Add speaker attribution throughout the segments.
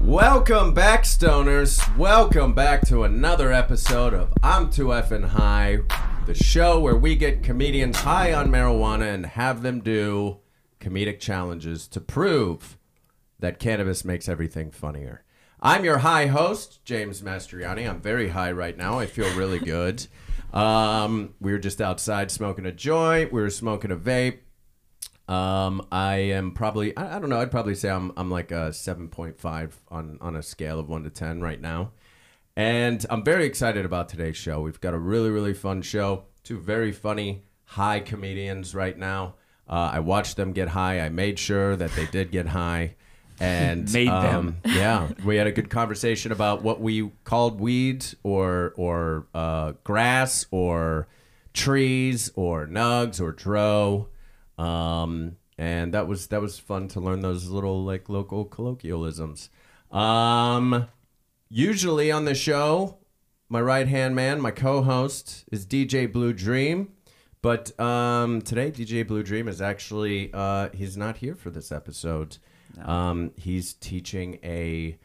Speaker 1: Welcome back, stoners. Welcome back to another episode of I'm Too Effin' High, the show where we get comedians high on marijuana and have them do comedic challenges to prove that cannabis makes everything funnier. I'm your high host, James Mastriani. I'm very high right now. I feel really good. Um, we were just outside smoking a joint. We were smoking a vape. Um, I am probably I, I don't know. I'd probably say I'm I'm like a seven point five on on a scale of one to ten right now, and I'm very excited about today's show. We've got a really really fun show. Two very funny high comedians right now. Uh, I watched them get high. I made sure that they did get high, and
Speaker 2: Made
Speaker 1: um, yeah, we had a good conversation about what we called weeds or or uh, grass or trees or nugs or dro. Um, and that was that was fun to learn those little like local colloquialisms. Um, usually on the show, my right hand man, my co-host is DJ Blue Dream. But um, today, DJ Blue Dream is actually uh, he's not here for this episode. Um, he's teaching a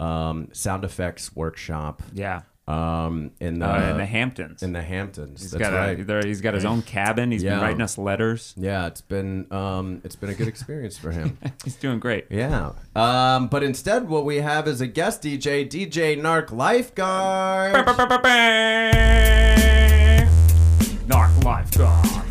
Speaker 1: um, sound effects workshop
Speaker 2: Yeah.
Speaker 1: um, in the
Speaker 2: Uh, in the Hamptons.
Speaker 1: in the Hamptons.
Speaker 2: he's
Speaker 1: That's
Speaker 2: got a-
Speaker 1: right.
Speaker 2: there- he's got his own cabin. He's
Speaker 1: Yeah.
Speaker 2: been writing us letters.
Speaker 1: Yeah, it's been um, it's been a good experience for him.
Speaker 2: He's doing great.
Speaker 1: Yeah. Um, but instead, what we have is a guest DJ, DJ Narc Lifeguard.
Speaker 2: Knock life gone.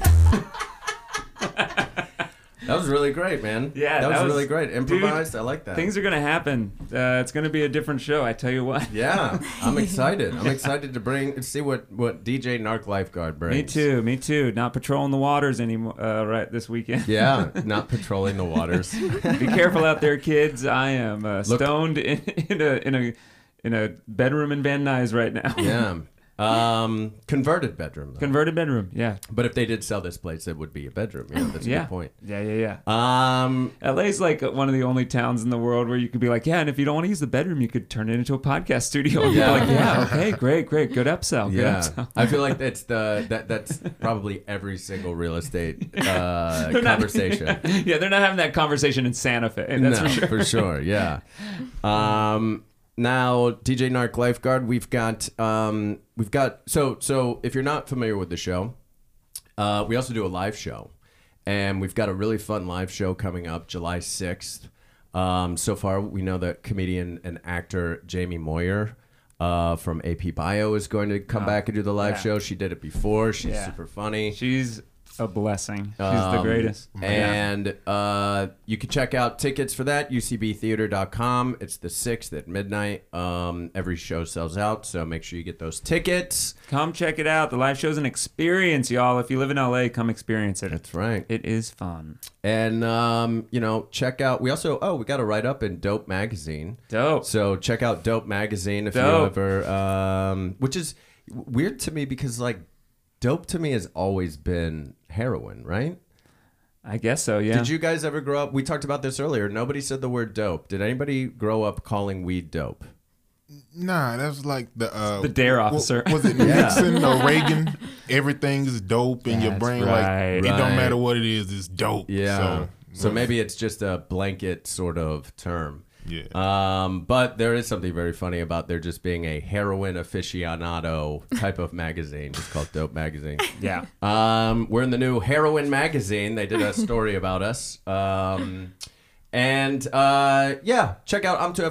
Speaker 1: That was really great, man.
Speaker 2: Yeah,
Speaker 1: that,
Speaker 2: that
Speaker 1: was,
Speaker 2: was-
Speaker 1: really great. Improvised. I like that.
Speaker 2: Things are gonna happen. Uh, it's gonna be a different show. I tell you what.
Speaker 1: yeah, I'm excited. I'm excited to bring see what what DJ Narc Lifeguard brings.
Speaker 2: Me too. Me too. Not patrolling the waters anymore. Uh, right this weekend.
Speaker 1: Yeah, not patrolling the waters.
Speaker 2: be careful out there, kids. I am uh, stoned in, in a in a in a bedroom in Van Nuys right now.
Speaker 1: yeah. Um, converted bedroom. Though.
Speaker 2: Converted bedroom. Yeah.
Speaker 1: But if they did sell this place, it would be a bedroom. Yeah, that's a
Speaker 2: Yeah.
Speaker 1: good point.
Speaker 2: Yeah. Yeah. Yeah.
Speaker 1: Um,
Speaker 2: LA's like one of the only towns in the world where you could be like, yeah, and if you don't want to use the bedroom, you could turn it into a podcast studio. And
Speaker 1: Yeah.
Speaker 2: yeah. Like, yeah, okay, great, great, good upsell, good
Speaker 1: yeah,
Speaker 2: upsell.
Speaker 1: I feel like that's the that that's probably every single real estate uh,
Speaker 2: They're not-
Speaker 1: conversation.
Speaker 2: yeah, they're not having that conversation in Santa Fe. and That's
Speaker 1: no,
Speaker 2: for sure.
Speaker 1: sure, yeah. Um, now, DJ Narc Lifeguard, we've got um, we've got so so. If you're not familiar with the show, uh, we also do a live show, and we've got a really fun live show coming up July 6th. Um, so far, we know that comedian and actor Jamie Moyer. Uh, from AP Bio is going to come back and do the live
Speaker 2: Ah, yeah.
Speaker 1: show. She did it before. She's
Speaker 2: Yeah.
Speaker 1: super funny.
Speaker 2: She's a blessing. She's the
Speaker 1: Um,
Speaker 2: greatest. Yeah.
Speaker 1: And uh, you can check out tickets for that, ucbtheater.com. It's the 6th at midnight. Um, every show sells out, so make sure you get those tickets.
Speaker 2: Come check it out. The live show's an experience, y'all. If you live in LA, come experience it.
Speaker 1: That's right.
Speaker 2: It is fun.
Speaker 1: And, um, you know, check out, we also, oh, we got a write up in Dope Magazine.
Speaker 2: Dope.
Speaker 1: So check out Dope Magazine if you
Speaker 2: Dope.
Speaker 1: ever, um, which is weird to me because, like, dope to me has always been heroin, right?
Speaker 2: I guess so, yeah.
Speaker 1: Did you guys ever grow up? We talked about this earlier. Nobody said the word dope. Did anybody grow up calling weed dope?
Speaker 3: Nah, that was like the uh,
Speaker 2: The dare
Speaker 3: wa-
Speaker 2: officer.
Speaker 3: Was it Nixon or Reagan? Everything's dope in your
Speaker 2: That's
Speaker 3: brain.
Speaker 2: right.
Speaker 3: Like it
Speaker 1: Right.
Speaker 3: don't matter what it is, it's dope.
Speaker 1: Yeah.
Speaker 3: So,
Speaker 1: So, maybe it's just a blanket sort of term.
Speaker 3: Yeah.
Speaker 1: Um, but there is something very funny about there just being a heroin aficionado type of magazine, just called Dope Magazine.
Speaker 2: yeah.
Speaker 1: Um, we're in the new Heroin magazine. They did a story about us. Um, and uh, yeah, check out I'm 2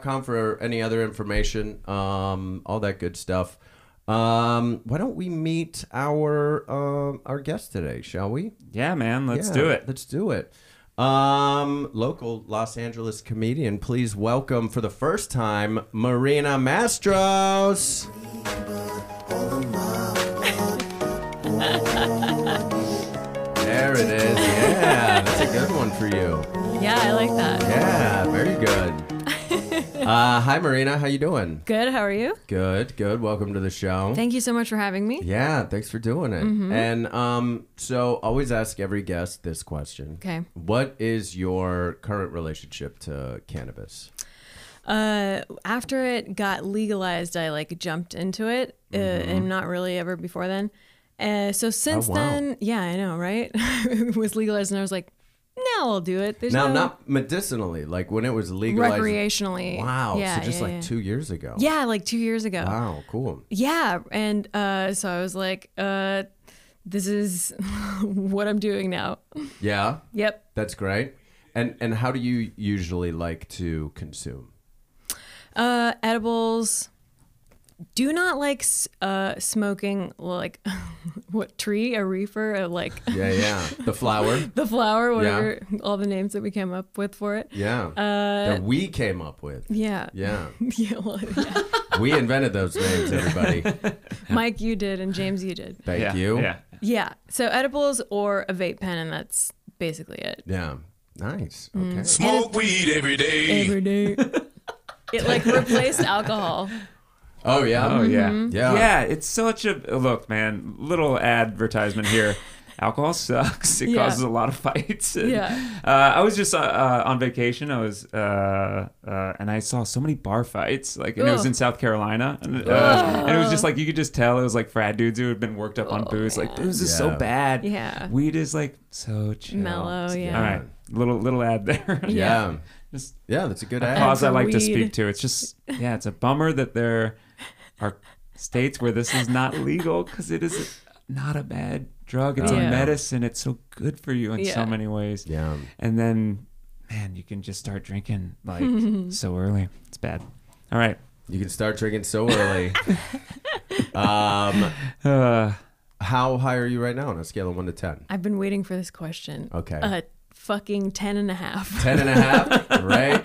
Speaker 1: com for any other information, um, all that good stuff. Um, why don't we meet our um, our guest today, shall we?
Speaker 2: Yeah, man. Let's
Speaker 1: Yeah,
Speaker 2: do it.
Speaker 1: Let's do it. Um, local Los Angeles comedian, please welcome for the first time Marina Mastros. there it is. Yeah, that's a good one for you.
Speaker 4: Yeah, I like that.
Speaker 1: Yeah, very good. Uh, hi, Marina. How you doing?
Speaker 4: Good, how are you?
Speaker 1: Good, good. Welcome to the show.
Speaker 4: Thank you so much for having me.
Speaker 1: Yeah, thanks for doing it.
Speaker 4: Mm-hmm.
Speaker 1: And um, so always ask every guest this question.
Speaker 4: Okay.
Speaker 1: What is your current relationship to cannabis?
Speaker 4: Uh, after it got legalized, I like jumped into it, uh, and not really ever before then. Uh, so since
Speaker 1: Mm-hmm. Oh, wow.
Speaker 4: then, yeah, I know, right? it was legalized, and I was like, now I'll do it. There's
Speaker 1: Now,
Speaker 4: no
Speaker 1: not medicinally, like when it was legalized.
Speaker 4: recreationally.
Speaker 1: Wow.
Speaker 4: Yeah,
Speaker 1: so just
Speaker 4: yeah,
Speaker 1: like
Speaker 4: yeah.
Speaker 1: two years ago.
Speaker 4: Yeah, like two years ago.
Speaker 1: Wow. Cool.
Speaker 4: Yeah, and uh, so I was like, uh, this is what I'm doing now.
Speaker 1: Yeah.
Speaker 4: Yep.
Speaker 1: That's great. And and how do you usually like to consume?
Speaker 4: Uh, edibles. Do not like s- uh, smoking like what tree a reefer a, like
Speaker 1: Yeah, yeah. The flower.
Speaker 4: the flower whatever all the names that we came up with for it.
Speaker 1: Yeah. that we came up with.
Speaker 4: Yeah.
Speaker 1: Yeah.
Speaker 4: Yeah, well, yeah.
Speaker 1: We invented those names, everybody.
Speaker 4: Mike, you did, and James, you did.
Speaker 1: Thank
Speaker 2: yeah,
Speaker 1: you.
Speaker 2: Yeah.
Speaker 4: Yeah. So edibles or a vape pen, and that's basically it.
Speaker 1: Yeah. Nice.
Speaker 4: Mm.
Speaker 1: Okay.
Speaker 3: Smoke weed every day.
Speaker 4: Every day. it like replaced alcohol.
Speaker 1: Oh yeah.
Speaker 2: Oh yeah.
Speaker 4: Mm-hmm.
Speaker 1: Yeah.
Speaker 2: Yeah. It's such a look, man. Little advertisement here. Alcohol sucks. It
Speaker 4: Yeah.
Speaker 2: causes a lot of fights. And,
Speaker 4: Yeah.
Speaker 2: Uh, I was just uh, uh, on vacation. I was uh, uh, and I saw so many bar fights. Like and it was
Speaker 4: Ugh.
Speaker 2: in South Carolina, and,
Speaker 4: Ugh. Oh,
Speaker 2: uh, and it was just like you could just tell it was like frat dudes who had been worked up on booze. Like booze is so
Speaker 1: Yeah.
Speaker 2: bad.
Speaker 4: Yeah.
Speaker 2: Weed is like so chill.
Speaker 4: Mellow, yeah.
Speaker 2: All right. Little little ad there.
Speaker 1: Yeah. Yeah.
Speaker 2: Just
Speaker 1: that's a good
Speaker 2: a
Speaker 1: ad.
Speaker 2: cause I
Speaker 4: for
Speaker 2: like to
Speaker 4: weed.
Speaker 2: speak to. It's just yeah, it's a bummer that there are states where this is not legal because it is not a bad drug. It's
Speaker 4: Yeah.
Speaker 2: a medicine. It's so good for you in so
Speaker 4: Yeah.
Speaker 2: many ways.
Speaker 1: Yeah.
Speaker 2: And then, man, you can just start drinking like so early. It's bad. All right.
Speaker 1: You can start drinking so early. um,
Speaker 2: Uh,
Speaker 1: how high are you right now on a scale of one to ten?
Speaker 4: I've been waiting for this question.
Speaker 1: Okay.
Speaker 4: A fucking ten and a half.
Speaker 1: Ten and a half. Great.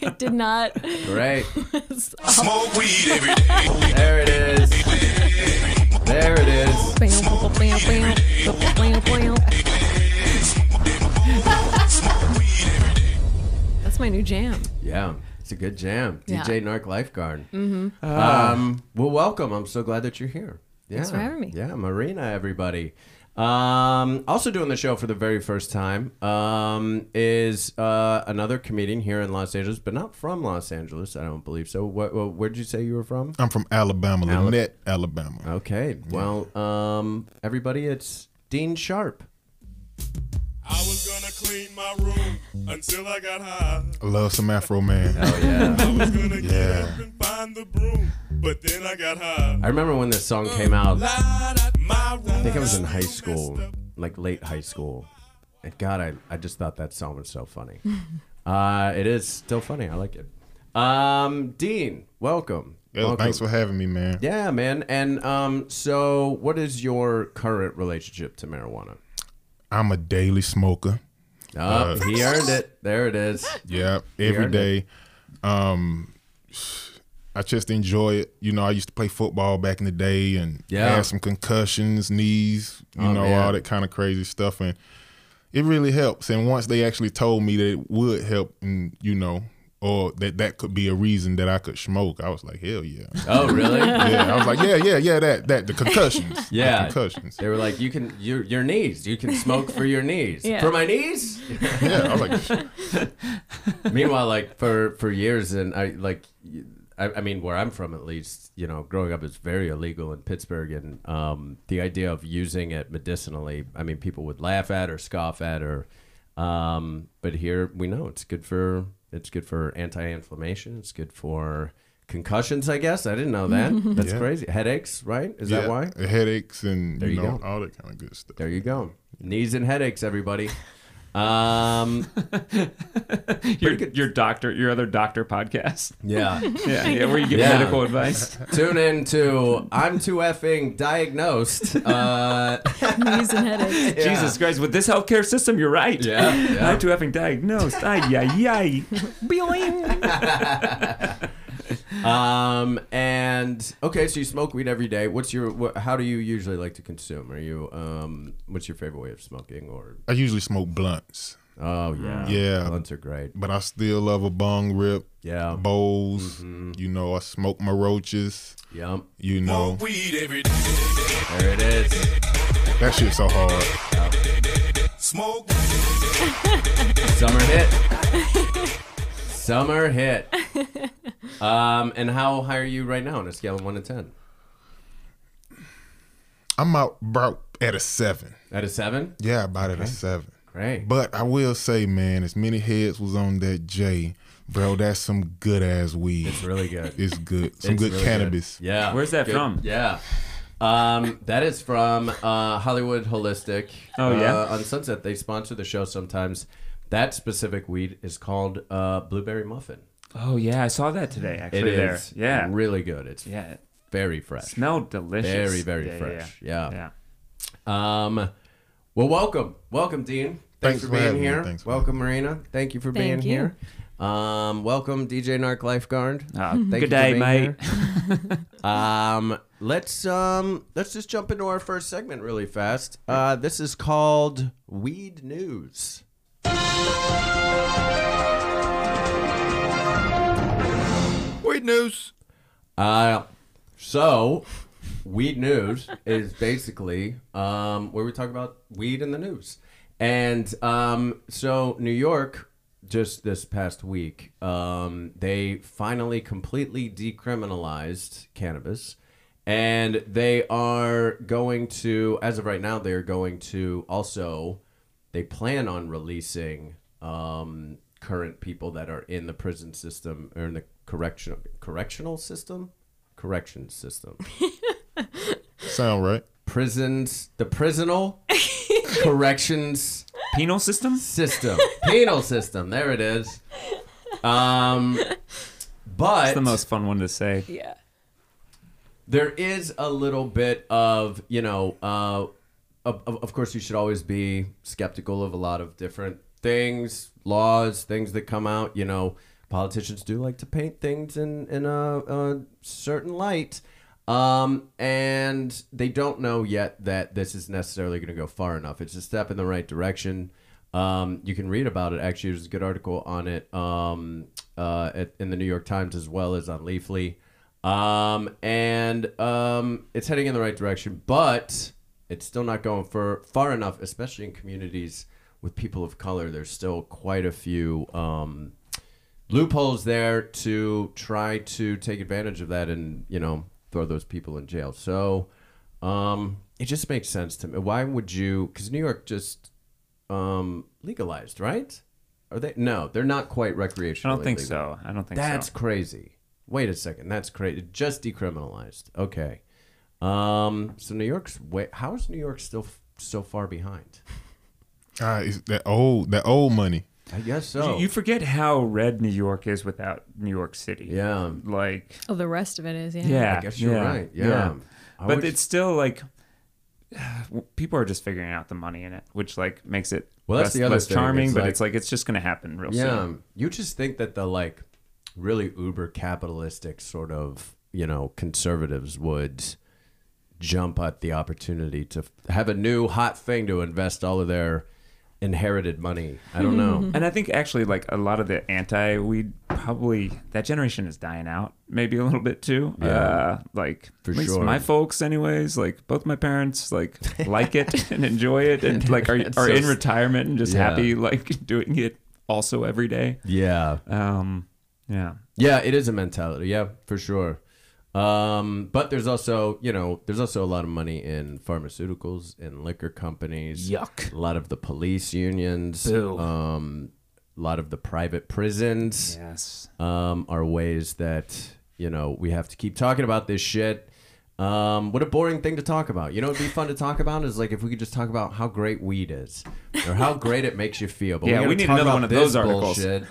Speaker 4: I did not.
Speaker 1: Great.
Speaker 3: Smoke weed every day.
Speaker 1: There it is. There it is.
Speaker 4: That's my new jam.
Speaker 1: Yeah. It's a good jam.
Speaker 4: Yeah.
Speaker 1: DJ Narc Lifeguard. Mm-hmm. Um, well, welcome. I'm so glad that you're here. Yeah.
Speaker 4: Thanks for having me.
Speaker 1: Yeah, Marina, everybody. Um, also doing the show for the very first time um, is uh, another comedian here in Los Angeles, but not from Los Angeles. I don't believe so. What, what, where'd you say you were from?
Speaker 3: I'm from Alabama, Lynette, Alabama.
Speaker 1: Okay. Well, um, everybody, it's Dean Sharp.
Speaker 5: I was gonna clean my room until I got high.
Speaker 3: I love some Afro man.
Speaker 1: Yeah.
Speaker 5: I was gonna get
Speaker 3: Yeah.
Speaker 5: up and find the broom, but then I got high.
Speaker 1: I remember when this song came out. I
Speaker 5: My room I
Speaker 1: think I was in high school, like late high school. And God, I, I just thought that song was so funny. Uh, it is still funny. I like it. Um, Dean, welcome.
Speaker 3: Yo,
Speaker 1: welcome.
Speaker 3: thanks for having me, man.
Speaker 1: Yeah, man. And um, so, what is your current relationship to marijuana?
Speaker 3: I'm a daily smoker.
Speaker 1: Oh,
Speaker 3: Uh,
Speaker 1: he earned it. There it is.
Speaker 3: Yeah, every
Speaker 1: earned
Speaker 3: day. Um, I just enjoy it. You know, I used to play football back in the day and
Speaker 1: Yeah.
Speaker 3: have some concussions, knees, you
Speaker 1: Oh,
Speaker 3: know,
Speaker 1: man.
Speaker 3: all that kind of crazy stuff. And it really helps. And once they actually told me that it would help, and you know, or that that could be a reason that I could smoke, I was like, hell yeah.
Speaker 1: Oh, really?
Speaker 3: yeah, I was like, yeah, yeah, yeah, that, that, the concussions. the
Speaker 1: Yeah.
Speaker 3: concussions.
Speaker 1: They were like, "You can your your knees. You can smoke for your knees.
Speaker 4: Yeah.
Speaker 1: For my knees."
Speaker 3: Yeah, I was like,
Speaker 1: Meanwhile, like for for years, and I like, I, I mean, where I'm from, at least, you know, growing up, it's very illegal in Pittsburgh, and um, the idea of using it medicinally, I mean, people would laugh at or scoff at, or, um, but here we know it's good for it's good for anti-inflammation. It's good for concussions, I guess. I didn't know that. That's
Speaker 3: Yeah.
Speaker 1: crazy. Headaches, right? Is
Speaker 3: yeah,
Speaker 1: that why?
Speaker 3: Headaches and, you,
Speaker 1: you
Speaker 3: know,
Speaker 1: go.
Speaker 3: all that kind of good stuff.
Speaker 1: There you go. Knees and headaches, everybody. Um,
Speaker 2: your your doctor, your other doctor podcast.
Speaker 1: yeah.
Speaker 2: Yeah, yeah, where you give
Speaker 1: Yeah.
Speaker 2: medical advice.
Speaker 1: Tune in to I'm Too Effing Diagnosed. Uh,
Speaker 4: Knees and headaches.
Speaker 1: yeah.
Speaker 2: Jesus Christ, with this healthcare system, you're right.
Speaker 1: Yeah, yeah.
Speaker 2: I'm too effing diagnosed. Ay, ay, ay.
Speaker 4: Boing.
Speaker 1: Um, and okay, so you smoke weed every day. What's your, wha how do you usually like to consume? Are you, um, what's your favorite way of smoking? Or,
Speaker 3: I usually smoke blunts.
Speaker 1: oh, yeah.
Speaker 3: Yeah.
Speaker 1: Blunts are great.
Speaker 3: but I still love a bong rip.
Speaker 1: Yeah.
Speaker 3: Bowls.
Speaker 1: Mm-hmm.
Speaker 3: You know, I smoke my roaches.
Speaker 1: Yum.
Speaker 3: You know,
Speaker 5: Weed every day.
Speaker 1: There it is.
Speaker 3: that shit's so hard.
Speaker 5: Smoke.
Speaker 1: Summer hit. Summer hit. Um, and how high are you right now on a scale of 1 to 10?
Speaker 3: I'm out about at a seven.
Speaker 1: At a 7?
Speaker 3: Yeah, about at a seven.
Speaker 1: Great.
Speaker 3: But I will say, man, as many heads was on that J, bro, that's some good ass weed.
Speaker 1: It's really good.
Speaker 3: It's good. Some
Speaker 1: It's
Speaker 3: good
Speaker 1: really
Speaker 3: cannabis.
Speaker 1: good. Yeah.
Speaker 2: Where's that
Speaker 1: Good-
Speaker 2: from?
Speaker 1: Yeah. Um, that is from uh, Hollywood Holistic.
Speaker 2: Oh, yeah?
Speaker 1: Uh, on Sunset, they sponsor the show sometimes. That specific weed is called uh, blueberry muffin.
Speaker 2: Oh yeah, I saw that today.
Speaker 1: It
Speaker 2: Actually,
Speaker 1: is
Speaker 2: there. Yeah,
Speaker 1: really good. It's
Speaker 2: yeah. It
Speaker 1: very fresh.
Speaker 2: smelled delicious.
Speaker 1: Very, very
Speaker 2: Yeah, yeah,
Speaker 1: fresh.
Speaker 2: Yeah.
Speaker 1: Yeah. Um, well, welcome, welcome, Dean. Thanks,
Speaker 3: Thanks
Speaker 1: for
Speaker 3: for
Speaker 1: being
Speaker 3: having me.
Speaker 1: here.
Speaker 3: Thanks for
Speaker 1: welcome, Marina. Thank you for being
Speaker 4: Thank you.
Speaker 1: here. Um, welcome, DJ Narc Lifeguard.
Speaker 2: Ah,
Speaker 1: Uh, Thank you
Speaker 2: good
Speaker 1: for
Speaker 2: day,
Speaker 1: being
Speaker 2: mate.
Speaker 1: here. um, let's um, let's just jump into our first segment really fast. Uh, this is called Weed News.
Speaker 6: Weed news.
Speaker 1: Uh, so, weed news is basically um, where we talk about weed in the news. And um, so, New York, just this past week, um, they finally completely decriminalized cannabis. And they are going to, as of right now, they're going to also, they plan on releasing um, current people that are in the prison system or in the correction, correctional system? Correction system
Speaker 3: Sound right?
Speaker 1: prisons, the prisonal corrections
Speaker 2: Penal system.
Speaker 1: system, penal system. There it is. Um, but
Speaker 2: That's the most fun one to say.
Speaker 4: Yeah.
Speaker 1: there is a little bit of you know uh, of, of of course you should always be skeptical of a lot of different things laws things that come out you know politicians do like to paint things in in a, a certain light um, and they don't know yet that this is necessarily going to go far enough it's a step in the right direction um, you can read about it. Actually, there's a good article on it um, uh, at, in the New York Times as well as on Leafly. Um, and um, it's heading in the right direction, but it's still not going for far enough, especially in communities with people of color. There's still quite a few um, loopholes there to try to take advantage of that and you know throw those people in jail. So um, it just makes sense to me. Why would you? Because New York just um, legalized, right? Are they? No, they're not quite
Speaker 2: I
Speaker 1: recreational.
Speaker 2: don't think so. I don't think
Speaker 1: That's
Speaker 2: so.
Speaker 1: crazy. Wait a second. That's crazy. Just decriminalized. Okay. Um, so New York's way. How is New York still f- so far behind?
Speaker 3: Ah, it's that old that old money.
Speaker 1: I guess so.
Speaker 2: You, you forget how red New York is without New York City.
Speaker 1: yeah.
Speaker 2: Like
Speaker 4: Oh, the rest of it is, yeah.
Speaker 2: Yeah,
Speaker 1: I guess you're
Speaker 2: yeah,
Speaker 1: right. Yeah. I
Speaker 2: but
Speaker 1: would-
Speaker 2: it's still like people are just figuring out the money in it, which like makes it
Speaker 1: Well, that's
Speaker 2: less,
Speaker 1: the other
Speaker 2: less
Speaker 1: thing.
Speaker 2: charming.
Speaker 1: It's
Speaker 2: but
Speaker 1: like-
Speaker 2: it's like it's just gonna happen real
Speaker 1: Yeah.
Speaker 2: soon.
Speaker 1: You just think that the like really uber capitalistic sort of, you know, conservatives would jump at the opportunity to f- have a new hot thing to invest all of their inherited money. I don't know.
Speaker 2: And I think actually like a lot of the anti weed probably that generation is dying out maybe a little bit too. Yeah. Uh, like
Speaker 1: For
Speaker 2: at least
Speaker 1: sure.
Speaker 2: my folks anyways, like both my parents like like it and enjoy it and like are
Speaker 1: That's
Speaker 2: are
Speaker 1: so
Speaker 2: in
Speaker 1: s-
Speaker 2: retirement and just
Speaker 1: Yeah.
Speaker 2: happy like doing it also every day.
Speaker 1: yeah.
Speaker 2: Um yeah.
Speaker 1: Yeah, it is a mentality. Yeah, for sure. Um, but there's also, you know, there's also a lot of money in pharmaceuticals and liquor companies.
Speaker 2: Yuck.
Speaker 1: A lot of the police unions.
Speaker 2: Boo.
Speaker 1: Um, a lot of the private prisons
Speaker 2: Yes.
Speaker 1: um, are ways that you know we have to keep talking about this shit. Um, what a boring thing to talk about. You know, it'd be fun to talk about is like if we could just talk about how great weed is or how great it makes you feel. But
Speaker 2: Yeah,
Speaker 1: gotta
Speaker 2: we need
Speaker 1: talk
Speaker 2: another
Speaker 1: about
Speaker 2: one of
Speaker 1: this
Speaker 2: those articles.
Speaker 1: bullshit.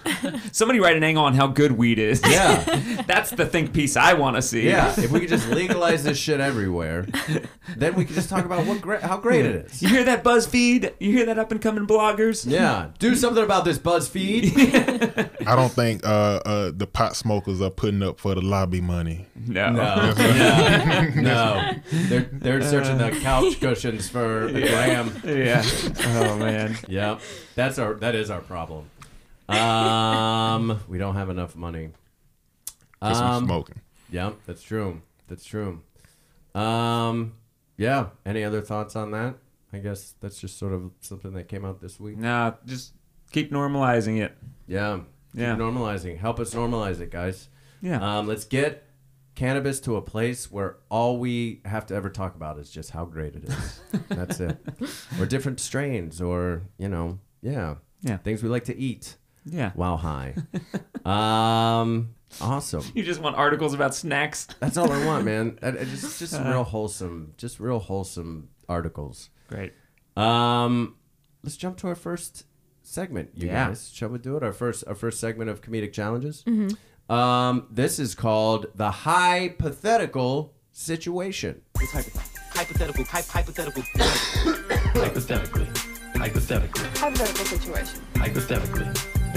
Speaker 2: Somebody write an angle on how good weed is.
Speaker 1: Yeah.
Speaker 2: That's the think piece I want to see.
Speaker 1: Yeah, if we could just legalize this shit everywhere, then we could just talk about what gra- how great it is.
Speaker 2: You hear that BuzzFeed? You hear that up and coming bloggers?
Speaker 1: Yeah, do something about this BuzzFeed.
Speaker 3: I don't think uh, uh, the pot smokers are putting up for the lobby money.
Speaker 2: No.
Speaker 1: No, no, no. They're they're searching the couch cushions for a gram.
Speaker 2: Yeah. Oh man.
Speaker 1: Yep, that's our that is our problem. Um, we don't have enough money.
Speaker 3: Cause
Speaker 1: Um,
Speaker 3: we smoking.
Speaker 1: Yep, that's true. That's true. Um, yeah. Any other thoughts on that? I guess that's just sort of something that came out this week.
Speaker 2: No, just keep normalizing it.
Speaker 1: Yeah. Keep
Speaker 2: Yeah.
Speaker 1: Normalizing. Help us normalize it, guys.
Speaker 2: Yeah.
Speaker 1: Um, let's get cannabis to a place where all we have to ever talk about is just how great it is. That's it. Or different strains or, you know, Yeah.
Speaker 2: Yeah.
Speaker 1: Things we like to eat
Speaker 2: Yeah.
Speaker 1: while high. um, awesome.
Speaker 2: You just want articles about snacks.
Speaker 1: That's all I want, man. I, I just just real wholesome, just real wholesome articles.
Speaker 2: Great.
Speaker 1: Um, let's jump to our first segment, you
Speaker 2: Yeah.
Speaker 1: guys. Shall we do it? Our first our first segment of comedic challenges. Um, this is called the hypothetical situation.
Speaker 7: It's hypothetical. Hypothetical. Hy- hypothetical. hypothetically. Hypothetically.
Speaker 8: Hypothetical situation.
Speaker 7: Hypothetically.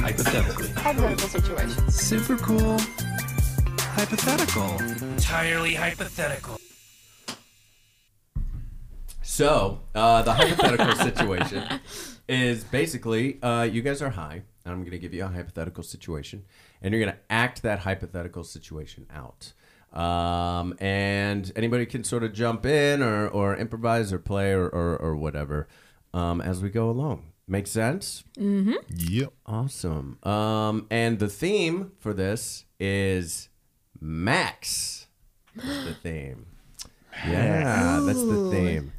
Speaker 7: Hypothetically.
Speaker 8: Hypothetical situation.
Speaker 6: Super cool. Hypothetical.
Speaker 9: Entirely hypothetical.
Speaker 1: So uh, the hypothetical situation is basically uh, you guys are high, and I'm going to give you a hypothetical situation, and you're going to act that hypothetical situation out. Um, and anybody can sort of jump in or, or improvise or play or, or, or whatever um, as we go along. Make sense?
Speaker 3: Yep.
Speaker 1: Awesome. Um, and the theme for this is Max. Is the theme. Yeah, that's the theme.